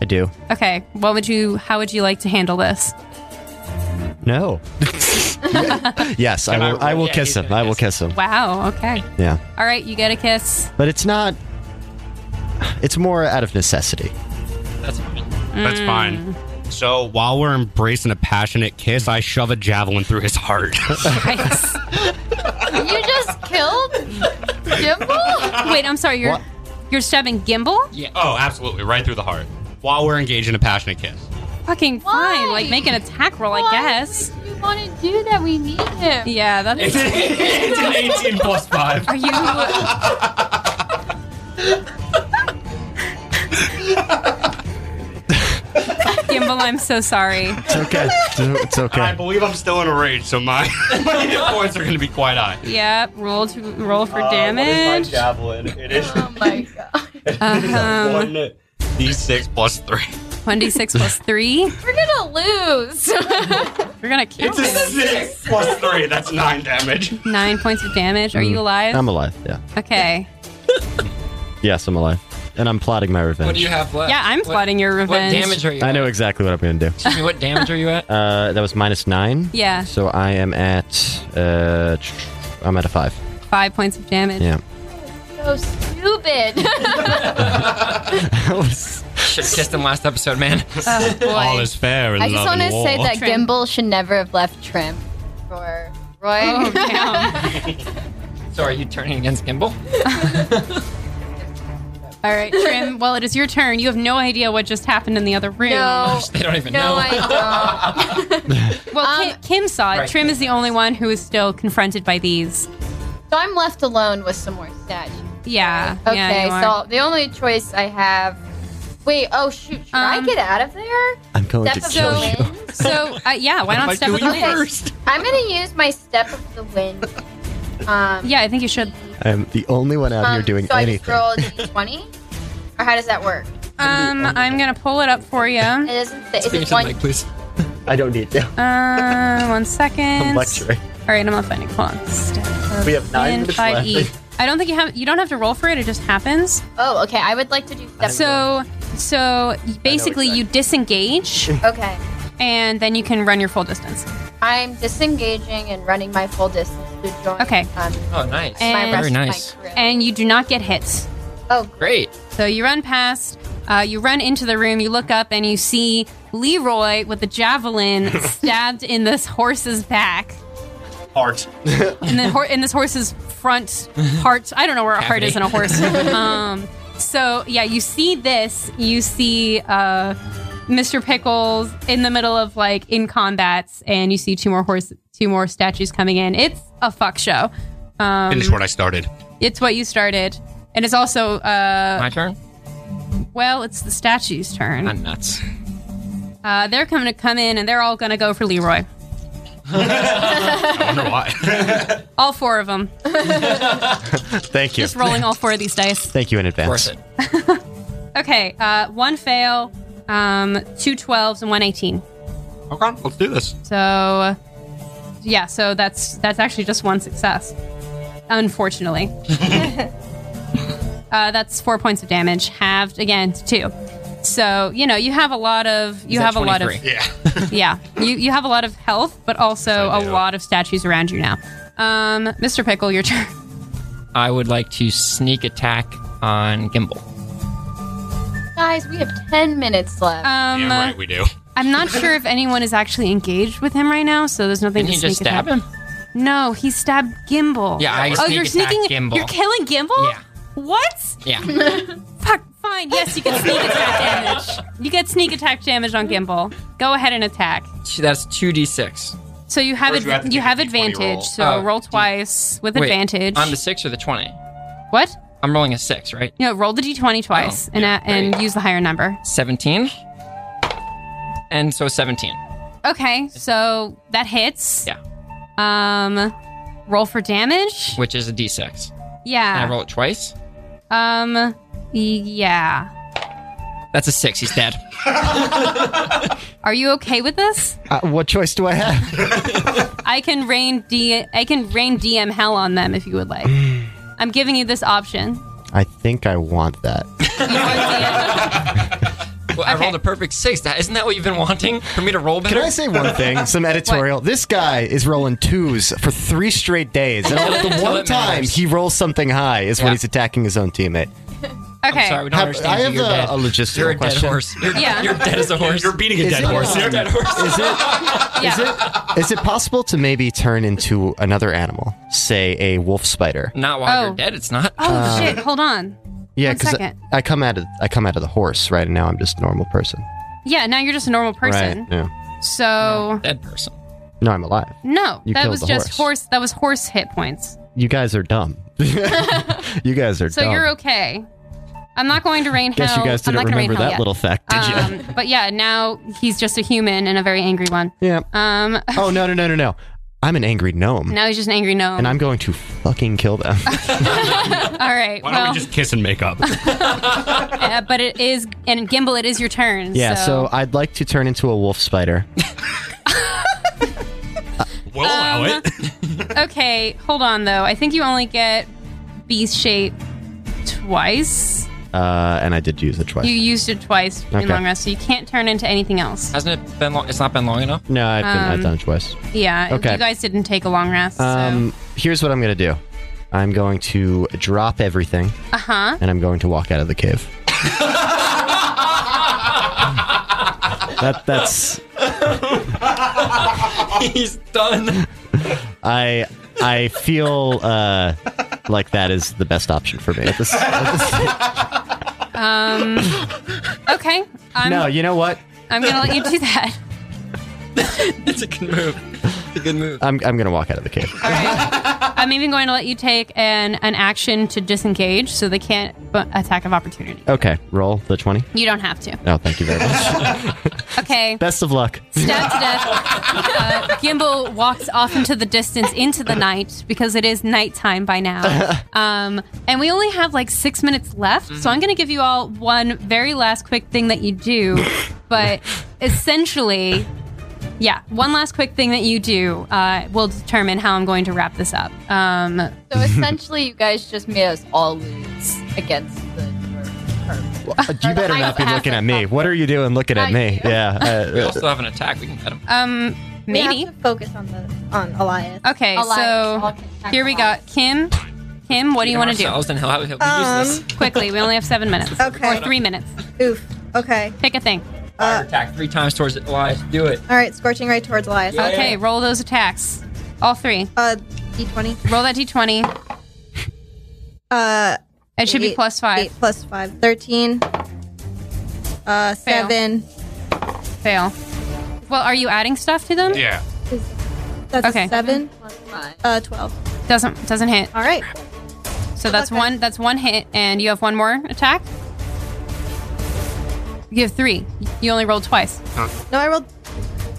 Speaker 6: I do.
Speaker 1: Okay, what would you? How would you like to handle this?
Speaker 6: No. yes, I
Speaker 3: I
Speaker 6: will. I
Speaker 3: roll?
Speaker 6: will
Speaker 3: Yeah,
Speaker 6: kiss
Speaker 3: he's
Speaker 6: him.
Speaker 3: gonna
Speaker 6: I will
Speaker 3: kiss
Speaker 6: kiss him.
Speaker 1: Wow. Okay.
Speaker 6: Yeah,
Speaker 1: All right, you get a kiss.
Speaker 6: but it's not. It's more out of necessity.
Speaker 3: That's fine.
Speaker 2: That's fine. So while we're embracing a passionate kiss, I shove a javelin through his [laughs] heart.
Speaker 1: Nice.
Speaker 6: [laughs]
Speaker 4: you just killed Gimbal?
Speaker 1: Wait, I'm sorry. You're
Speaker 6: What?
Speaker 1: you're stabbing Gimbal.
Speaker 2: oh, absolutely, right through the heart. While we're engaged in a passionate kiss.
Speaker 1: fucking
Speaker 4: Why?
Speaker 1: fine. Like make an attack roll, I
Speaker 4: Why
Speaker 1: guess.
Speaker 4: would You want to do that? We need him.
Speaker 1: Yeah,
Speaker 6: [laughs]
Speaker 1: that's.
Speaker 2: [laughs] it's an 18 plus 5.
Speaker 1: Are you? Rumble, I'm so sorry.
Speaker 6: It's okay. [laughs] It's
Speaker 2: I
Speaker 6: okay.
Speaker 2: believe I'm still in a rage, so my, [laughs] my hit points are going to be quite [laughs] high.
Speaker 1: Yep, roll to roll
Speaker 6: Uh,
Speaker 1: for damage.
Speaker 2: javelin? It is
Speaker 4: Oh [laughs] my god.
Speaker 2: Uh-huh.
Speaker 1: Um,
Speaker 2: d6 plus three.
Speaker 1: 1d6 plus 3.
Speaker 4: We're gonna lose.
Speaker 1: You're gonna kill
Speaker 2: It's a
Speaker 1: me.
Speaker 2: six plus three. That's nine damage.
Speaker 1: 9 points of damage. Are you alive?
Speaker 6: Mm. I'm alive. Yeah.
Speaker 1: okay.
Speaker 6: Yes, I'm alive, and I'm plotting my revenge.
Speaker 3: What do you have left?
Speaker 1: Yeah, I'm
Speaker 3: What-
Speaker 1: plotting your
Speaker 3: What
Speaker 1: revenge.
Speaker 3: damage are you?
Speaker 6: I know
Speaker 3: At?
Speaker 6: exactly what I'm going to do.
Speaker 3: Excuse me, what damage are you [laughs] at?
Speaker 6: Uh, that was minus nine.
Speaker 1: Yeah.
Speaker 6: So I am at. Uh, tr- I'm at a five.
Speaker 1: 5 points of damage. [laughs]
Speaker 6: Yeah.
Speaker 4: so [laughs] stupid.
Speaker 6: [laughs]
Speaker 3: Should have kissed him last
Speaker 1: [laughs]
Speaker 3: episode, man.
Speaker 1: Oh, boy.
Speaker 7: All is fair in
Speaker 4: I just
Speaker 7: love
Speaker 4: want
Speaker 7: and
Speaker 4: to
Speaker 7: war.
Speaker 4: say that
Speaker 1: Trim.
Speaker 4: Gimbal should never have left Trim for Roy.
Speaker 1: Oh, damn.
Speaker 3: So are you turning against
Speaker 1: [laughs]
Speaker 3: Gimbal?
Speaker 1: All right, Trim. Well, it is your turn. You have no idea what just happened in the other room.
Speaker 4: [laughs] no,
Speaker 3: They don't even
Speaker 4: no,
Speaker 3: know. [laughs]
Speaker 4: I don't.
Speaker 1: Well, Ki-
Speaker 4: Um,
Speaker 1: Kim saw it.
Speaker 3: right,
Speaker 1: Trim
Speaker 3: Kim
Speaker 1: is the only one who is still confronted by these.
Speaker 4: So I'm left alone with some more statues.
Speaker 1: Yeah.
Speaker 4: Okay,
Speaker 1: yeah, you are.
Speaker 4: so the only choice I have. Wait, oh shoot, should I
Speaker 1: Um,
Speaker 4: get out of there?
Speaker 6: I'm going
Speaker 4: Step
Speaker 6: to
Speaker 4: of
Speaker 6: kill
Speaker 4: the
Speaker 6: you.
Speaker 4: wind?
Speaker 1: So, uh, yeah, why not
Speaker 7: Like,
Speaker 1: step
Speaker 7: do
Speaker 1: with the
Speaker 7: you
Speaker 1: wind?
Speaker 7: first.
Speaker 4: I'm gonna use my step of the
Speaker 6: [laughs]
Speaker 4: wind. Um,
Speaker 1: Yeah, I think you should.
Speaker 6: I'm the only one out
Speaker 4: um,
Speaker 6: here doing
Speaker 4: so
Speaker 6: anything.
Speaker 4: I just
Speaker 6: [laughs]
Speaker 4: roll a d20? or how does that work?
Speaker 1: Um, I'm gonna pull it up for you.
Speaker 4: It doesn't say. Is
Speaker 7: Change
Speaker 4: it
Speaker 7: the
Speaker 4: one?
Speaker 7: mic, please.
Speaker 6: I don't need to.
Speaker 1: Uh, one second.
Speaker 6: I'm lecturing.
Speaker 1: All right, I'm not finding. Hold on. Step
Speaker 6: We have nine
Speaker 1: in
Speaker 6: minutes
Speaker 1: five
Speaker 6: left.
Speaker 1: e. I don't think you have. You don't have to roll for it. It just happens.
Speaker 4: Oh, okay. I would like to do step.
Speaker 1: So, so basically, you disengage,
Speaker 4: Okay.
Speaker 1: and then you can run your full distance.
Speaker 4: I'm disengaging and running my full distance to join.
Speaker 1: Okay.
Speaker 4: Um,
Speaker 3: Oh, nice.
Speaker 1: And-
Speaker 4: my rest
Speaker 3: Very
Speaker 4: of my
Speaker 3: nice.
Speaker 4: crew.
Speaker 1: And you do not get hit.
Speaker 4: oh, great.
Speaker 3: Great.
Speaker 1: So you run past, uh, you run into the room, you look up, and you see Leroy with a javelin stabbed in this horse's back,
Speaker 2: Heart.
Speaker 1: and then hor- in this horse's front part. I don't know where a heart is in a horse. [laughs] Um, so yeah, you see this, you see uh, Mr. Pickles in the middle of like in combats, and you see two more horse, two more statues coming in. It's a fuck show. Um,
Speaker 2: Finish what I started.
Speaker 1: it's what you started, and it's also uh,
Speaker 3: My turn?
Speaker 1: well, it's the statue's turn.
Speaker 3: I'm nuts.
Speaker 1: Uh, they're coming to come in and they're all going to go for Leroy.
Speaker 2: I wonder why.
Speaker 1: All four of them.
Speaker 6: Thank you.
Speaker 1: Just rolling all four of these dice.
Speaker 6: Thank you in advance.
Speaker 3: Worth it.
Speaker 1: Okay, uh, one fail, um, two 12s, and one 18.
Speaker 2: [laughs] okay, let's do this.
Speaker 1: So, yeah, so that's that's actually just one success,
Speaker 3: [laughs]
Speaker 1: unfortunately. uh, that's four points of damage, halved again to two. So you know you have a lot of you
Speaker 3: Is that
Speaker 1: have a lot of
Speaker 2: [laughs]
Speaker 3: 23?
Speaker 2: Yeah.
Speaker 1: yeah you you have a lot of health, but also
Speaker 2: I
Speaker 1: a
Speaker 2: do.
Speaker 1: lot of statues around you now. Um, Mr. Pickle, your turn.
Speaker 3: I would like to sneak attack on Gimbal.
Speaker 4: Guys, we have 10 minutes left.
Speaker 1: Um,
Speaker 2: Damn right we do.
Speaker 1: I'm not sure if anyone is actually engaged with him right now, so there's nothing
Speaker 3: Didn't
Speaker 1: to
Speaker 3: he
Speaker 1: sneak
Speaker 3: just stab
Speaker 1: attack.
Speaker 3: him?
Speaker 1: No, he stabbed Gimbal.
Speaker 3: Yeah, I
Speaker 1: Oh,
Speaker 3: sneak
Speaker 1: you're
Speaker 3: attack
Speaker 1: sneaking.
Speaker 3: Gimbal.
Speaker 1: You're killing Gimbal.
Speaker 3: Yeah.
Speaker 1: What?
Speaker 3: [laughs] Yeah.
Speaker 1: Fuck. Fine. Yes, you get sneak
Speaker 3: [laughs]
Speaker 1: attack damage. You get sneak attack damage on Gimbal. Go ahead and attack.
Speaker 3: That's 2d6.
Speaker 1: So you have
Speaker 2: First,
Speaker 1: ad-
Speaker 2: you have to
Speaker 1: you
Speaker 2: take
Speaker 1: have
Speaker 2: a D20
Speaker 1: advantage.
Speaker 2: roll.
Speaker 1: So
Speaker 3: Oh,
Speaker 1: roll
Speaker 3: D-
Speaker 1: twice with
Speaker 3: Wait,
Speaker 1: advantage.
Speaker 3: On the 6 or the 20?
Speaker 1: what?
Speaker 3: I'm rolling a 6, right?
Speaker 1: No, roll the d20 twice
Speaker 3: Oh,
Speaker 1: and
Speaker 3: yeah,
Speaker 1: uh, and
Speaker 3: right.
Speaker 1: use the higher number.
Speaker 3: 17. And so 17.
Speaker 1: Okay, so that hits.
Speaker 3: Yeah.
Speaker 1: Um, roll for damage.
Speaker 3: Which is a d6.
Speaker 1: Yeah.
Speaker 3: And I roll it twice.
Speaker 1: Um. Yeah.
Speaker 3: That's a 6. He's dead.
Speaker 1: Are you okay with this?
Speaker 6: Uh, what choice do I have?
Speaker 1: I can rain D. I can rain DM hell on them if you would
Speaker 6: [gasps]
Speaker 1: like. I'm giving you this option.
Speaker 6: I think I want that. [laughs]
Speaker 3: Well, I
Speaker 1: Okay.
Speaker 3: rolled a perfect 6. That, isn't that what you've been wanting? For me to roll better?
Speaker 6: Can I say one
Speaker 3: [laughs]
Speaker 6: thing? Some editorial. This guy is rolling twos for three straight
Speaker 3: [laughs]
Speaker 6: days, and only the
Speaker 3: Until
Speaker 6: one
Speaker 3: it
Speaker 6: time
Speaker 3: matters.
Speaker 6: he rolls something high is
Speaker 3: Yeah.
Speaker 6: when he's attacking his own teammate.
Speaker 1: Okay.
Speaker 3: Sorry, we don't
Speaker 6: Have-
Speaker 3: understand.
Speaker 6: I
Speaker 3: you.
Speaker 6: have
Speaker 3: You're
Speaker 6: a-
Speaker 3: dead.
Speaker 6: a logistical
Speaker 3: You're a dead
Speaker 6: question.
Speaker 3: horse. You're,
Speaker 1: Yeah.
Speaker 3: [laughs] you're dead as a horse.
Speaker 2: You're beating a
Speaker 6: Is
Speaker 2: dead
Speaker 6: it-
Speaker 2: horse.
Speaker 3: You're a dead horse.
Speaker 6: [laughs] Is it?
Speaker 1: yeah.
Speaker 6: Is it, is it possible to maybe turn into another animal, say a wolf spider?
Speaker 3: Not while
Speaker 1: Oh.
Speaker 3: you're dead. It's not.
Speaker 1: oh
Speaker 6: Uh,
Speaker 1: shit! Hold on.
Speaker 6: Yeah,
Speaker 1: One
Speaker 6: because I,
Speaker 1: second.
Speaker 6: I come out of I come out of the horse right and now. I'm just a normal person.
Speaker 1: Yeah. Now you're just a normal person.
Speaker 6: Right? Yeah.
Speaker 1: So
Speaker 3: Dead person.
Speaker 6: No, I'm alive.
Speaker 1: no,
Speaker 6: You
Speaker 1: that
Speaker 6: killed
Speaker 1: was
Speaker 6: the
Speaker 1: just
Speaker 6: horse.
Speaker 1: horse. That was horse hit points.
Speaker 6: [laughs] You guys are dumb. you guys are
Speaker 1: So
Speaker 6: dumb.
Speaker 1: you're okay. I'm not going to rain
Speaker 6: Guess
Speaker 1: hell.
Speaker 6: you guys
Speaker 1: I'm
Speaker 6: didn't
Speaker 1: not gonna rain
Speaker 6: remember
Speaker 1: hell
Speaker 6: that
Speaker 1: yet.
Speaker 6: little fact, did you?
Speaker 1: Um, but yeah, now he's just a human and a very angry one.
Speaker 6: [laughs] yeah.
Speaker 1: Um, [laughs]
Speaker 6: Oh no no no no no! I'm an angry gnome,
Speaker 1: now he's just an angry gnome.
Speaker 6: and I'm going to fucking
Speaker 1: [laughs]
Speaker 6: kill them.
Speaker 1: All
Speaker 7: Why
Speaker 1: right.
Speaker 7: don't
Speaker 1: well,
Speaker 7: we just kiss and make
Speaker 1: [laughs]
Speaker 7: up?
Speaker 1: uh, but it is, and Gimbal, it is your turn.
Speaker 6: yeah. So. I'd like to turn into a wolf spider.
Speaker 7: We'll allow
Speaker 1: Um, [laughs]
Speaker 7: it.
Speaker 1: okay, hold on though. I think you only get beast shape twice.
Speaker 6: Uh, and I did use it twice.
Speaker 1: You used it twice
Speaker 6: Okay.
Speaker 1: in long rest, so you can't turn into anything else.
Speaker 3: Hasn't it been long? It's not been long enough.
Speaker 6: no, I've, been, I've done it twice.
Speaker 1: Yeah,
Speaker 6: Okay.
Speaker 1: you guys didn't take a long rest. Um, So.
Speaker 6: Um, here's what I'm gonna do. I'm going to drop everything. Uh
Speaker 1: Uh-huh.
Speaker 6: huh. And I'm going to walk out of the cave. that that's
Speaker 3: He's done.
Speaker 6: I I feel uh like that is the best option for me. At this, at this-
Speaker 1: okay, I'm,
Speaker 6: no, you know what?
Speaker 1: I'm gonna let you do that.
Speaker 3: It's a good move. It's a good move.
Speaker 6: I'm I'm gonna walk out of the cave.
Speaker 1: All right. I'm even going to let you take an an action to disengage, so they can't bu- attack of opportunity.
Speaker 6: Okay, roll the twenty.
Speaker 1: You don't have to.
Speaker 6: Oh, thank you very much.
Speaker 1: Okay.
Speaker 6: best of luck.
Speaker 1: stabbed to death. Uh, Gimbal walks off into the distance into the night because it is nighttime by now. Um, and we only have like six minutes left, so I'm going to give you all one very last quick thing that you do. but essentially, yeah, one last quick thing that you do uh, will determine how I'm going to wrap this up. Um,
Speaker 6: [laughs]
Speaker 4: So essentially, you guys just made us all lose against the.
Speaker 6: You better not be looking at me. What are you doing looking at me? Yeah.
Speaker 3: We
Speaker 6: uh,
Speaker 3: also have an attack. We can cut him.
Speaker 1: um,
Speaker 5: We have
Speaker 1: maybe.
Speaker 5: to focus on the on Elias.
Speaker 1: Okay,
Speaker 4: Elias.
Speaker 1: so here we got Kim. Kim, what do you want to do?
Speaker 3: And he'll, have- he'll be useless.
Speaker 5: Um.
Speaker 1: Quickly, we only have seven minutes.
Speaker 5: [laughs] Okay.
Speaker 1: Or three minutes.
Speaker 5: Oof. Okay.
Speaker 1: Pick a thing.
Speaker 5: Uh,
Speaker 3: attack three times towards it. Elias, do it.
Speaker 5: all right. Scorching right towards Elias.
Speaker 3: Yeah.
Speaker 1: Okay, roll those attacks. All three.
Speaker 5: Uh, d20.
Speaker 1: Roll that d20.
Speaker 5: Uh,
Speaker 1: It should be
Speaker 5: eight-
Speaker 1: plus five.
Speaker 5: Eight plus five. Thirteen.
Speaker 1: Fail.
Speaker 5: Uh, seven.
Speaker 1: Fail. Well, are you adding stuff to them?
Speaker 7: Yeah.
Speaker 5: That's
Speaker 1: Okay.
Speaker 5: a seven. Uh, twelve.
Speaker 1: Doesn't doesn't hit.
Speaker 5: All right.
Speaker 1: So that's
Speaker 5: Okay.
Speaker 1: one that's one hit, and you have one more attack. You have three. You only rolled twice.
Speaker 5: No, I rolled.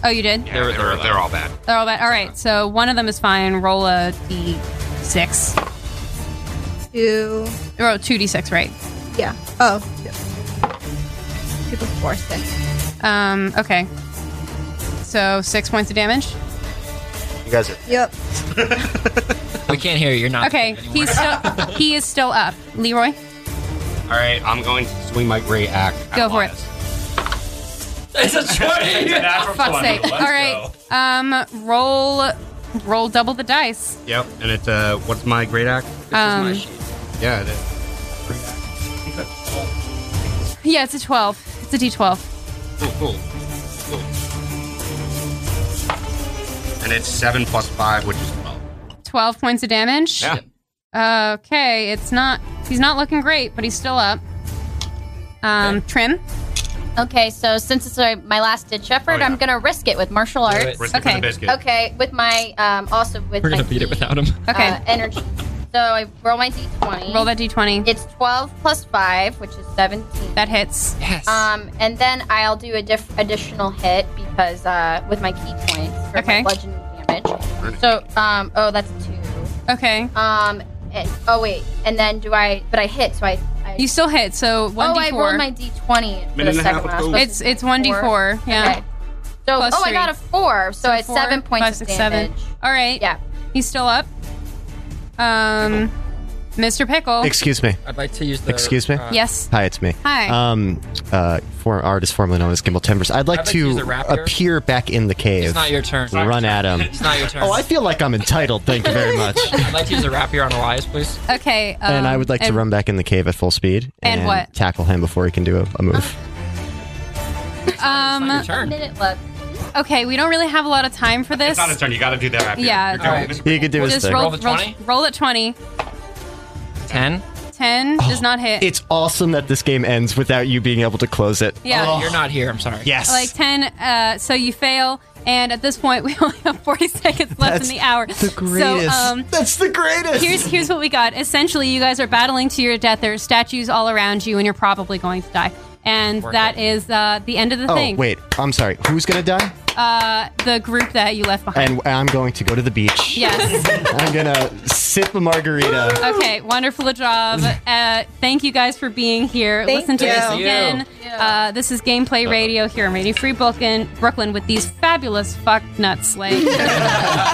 Speaker 1: Oh, you did.
Speaker 2: they're, they're, they're all bad.
Speaker 1: They're all bad. All right. So one of them is fine. Roll a d6.
Speaker 5: two.
Speaker 1: Roll two d6, right?
Speaker 5: Yeah. Oh. Two. Two plus four, six.
Speaker 1: Um. Okay. So six points of damage.
Speaker 6: you guys are
Speaker 5: Yep.
Speaker 3: We can't hear you. You're not.
Speaker 1: Okay.
Speaker 3: anymore.
Speaker 1: He's still he is still up. Leroy.
Speaker 2: All right, I'm going to swing my great axe. at
Speaker 1: Go for it. Oh,
Speaker 2: Elias.
Speaker 1: [laughs]
Speaker 3: [laughs] It's a
Speaker 6: [laughs]
Speaker 3: twenty.
Speaker 1: Fuck's sake. All right. Um, roll, roll double the dice.
Speaker 2: Yep, and it's uh, what's my great axe?
Speaker 1: Um,
Speaker 2: Yeah, it is.
Speaker 1: yeah, it's a twelve. It's a D twelve.
Speaker 2: Cool, cool, cool. And it's seven plus five, which is twelve.
Speaker 1: Twelve points of damage. Uh,
Speaker 2: Yeah.
Speaker 1: Okay, it's not. He's not looking great, but he's still up. Um, trim.
Speaker 4: Okay, so since it's uh, my last ditch effort,
Speaker 2: Oh, yeah.
Speaker 4: I'm gonna risk it with martial arts.
Speaker 2: Risk it for
Speaker 1: Okay.
Speaker 2: the biscuit.
Speaker 4: Okay, with my um, also with
Speaker 3: We're gonna
Speaker 4: my
Speaker 3: beat it
Speaker 4: D,
Speaker 3: without him.
Speaker 1: Okay.
Speaker 4: uh, energy. So I roll my d20.
Speaker 1: roll that D twenty.
Speaker 4: It's 12 plus five, which is 17.
Speaker 1: That hits.
Speaker 3: Yes.
Speaker 1: Uh,
Speaker 4: Um, and then I'll do a diff- additional hit because uh, with my key points for
Speaker 1: Okay.
Speaker 4: my bludgeoning damage. So um, oh, that's two.
Speaker 1: Okay.
Speaker 4: Um, and, oh wait, and then do I? But I hit, so I. I
Speaker 1: You still hit. So one
Speaker 4: oh,
Speaker 1: D
Speaker 4: I
Speaker 1: four.
Speaker 4: rolled my d20 for
Speaker 2: Minute and
Speaker 4: the
Speaker 2: a half
Speaker 4: second one. I was
Speaker 2: ago.
Speaker 4: supposed
Speaker 1: It's-
Speaker 4: to do
Speaker 1: it's 1d4, yeah.
Speaker 4: Okay. So
Speaker 1: Plus
Speaker 4: oh, I
Speaker 1: three.
Speaker 4: got a four, so, it's
Speaker 1: Four,
Speaker 4: seven points
Speaker 1: five,
Speaker 4: of
Speaker 1: six,
Speaker 4: damage.
Speaker 1: seven. All right.
Speaker 4: Yeah.
Speaker 1: He's still up. Um, Mr. Pickle.
Speaker 6: Excuse me.
Speaker 3: I'd like to use the.
Speaker 6: Excuse me?
Speaker 3: uh,
Speaker 1: yes.
Speaker 6: Hi, it's me.
Speaker 1: Hi.
Speaker 6: Um, uh, for artist formerly known as Gimbal Timbers. I'd like,
Speaker 3: I'd like to
Speaker 6: to,
Speaker 3: use the rapier.
Speaker 6: appear back in the cave.
Speaker 3: It's not your turn. It's
Speaker 6: Run at him.
Speaker 3: not your turn.
Speaker 6: Oh, I feel like I'm entitled. Thank you very
Speaker 1: [laughs]
Speaker 6: much.
Speaker 3: I'd like to use a rapier on Elias, please.
Speaker 1: Okay. Um,
Speaker 6: and I would like to
Speaker 1: and-
Speaker 6: run back in the cave at full speed
Speaker 1: And what? Uh,
Speaker 6: tackle him before he can do a, a move.
Speaker 3: It's
Speaker 1: Um.
Speaker 3: not your turn.
Speaker 4: Minute left.
Speaker 1: Okay. We don't really have a lot of time for this.
Speaker 2: It's not a turn. You got to do that after.
Speaker 1: Yeah.
Speaker 2: You're doing
Speaker 3: Alright.
Speaker 2: this-
Speaker 6: [laughs] he can do his
Speaker 1: Just
Speaker 6: thing.
Speaker 1: roll,
Speaker 3: Roll the
Speaker 1: roll,
Speaker 3: 20?
Speaker 1: roll at 20.
Speaker 3: Ten.
Speaker 1: 10 does not hit.
Speaker 6: Oh, It's awesome that this game ends without you being able to close it. Oh,
Speaker 1: yeah.
Speaker 3: You're not here. I'm sorry.
Speaker 6: Yes.
Speaker 1: Like 10, uh, so you fail, And at this point, [laughs] we only have 40 seconds left in the hour.
Speaker 6: The greatest.
Speaker 1: So, um,
Speaker 6: That's the greatest.
Speaker 1: here's here's what we got. Essentially, you guys are battling to your death. There's statues all around you, and you're probably going to die. And
Speaker 3: Worth
Speaker 1: that
Speaker 3: it.
Speaker 1: is uh, the end of the
Speaker 6: oh
Speaker 1: thing.
Speaker 6: wait, I'm sorry. Who's gonna die?
Speaker 1: Uh, the group that you left behind.
Speaker 6: And I'm going to go to the beach.
Speaker 1: yes.
Speaker 6: [laughs] I'm gonna sip a margarita.
Speaker 1: [laughs] Okay. Wonderful job. Uh, thank you guys for being here.
Speaker 5: Thank
Speaker 1: Listen to
Speaker 5: you.
Speaker 1: this
Speaker 5: Thank
Speaker 3: you.
Speaker 1: again. Uh, this is Gameplay Radio here on Radio Free Brooklyn, Brooklyn with these fabulous fuck nuts. Like.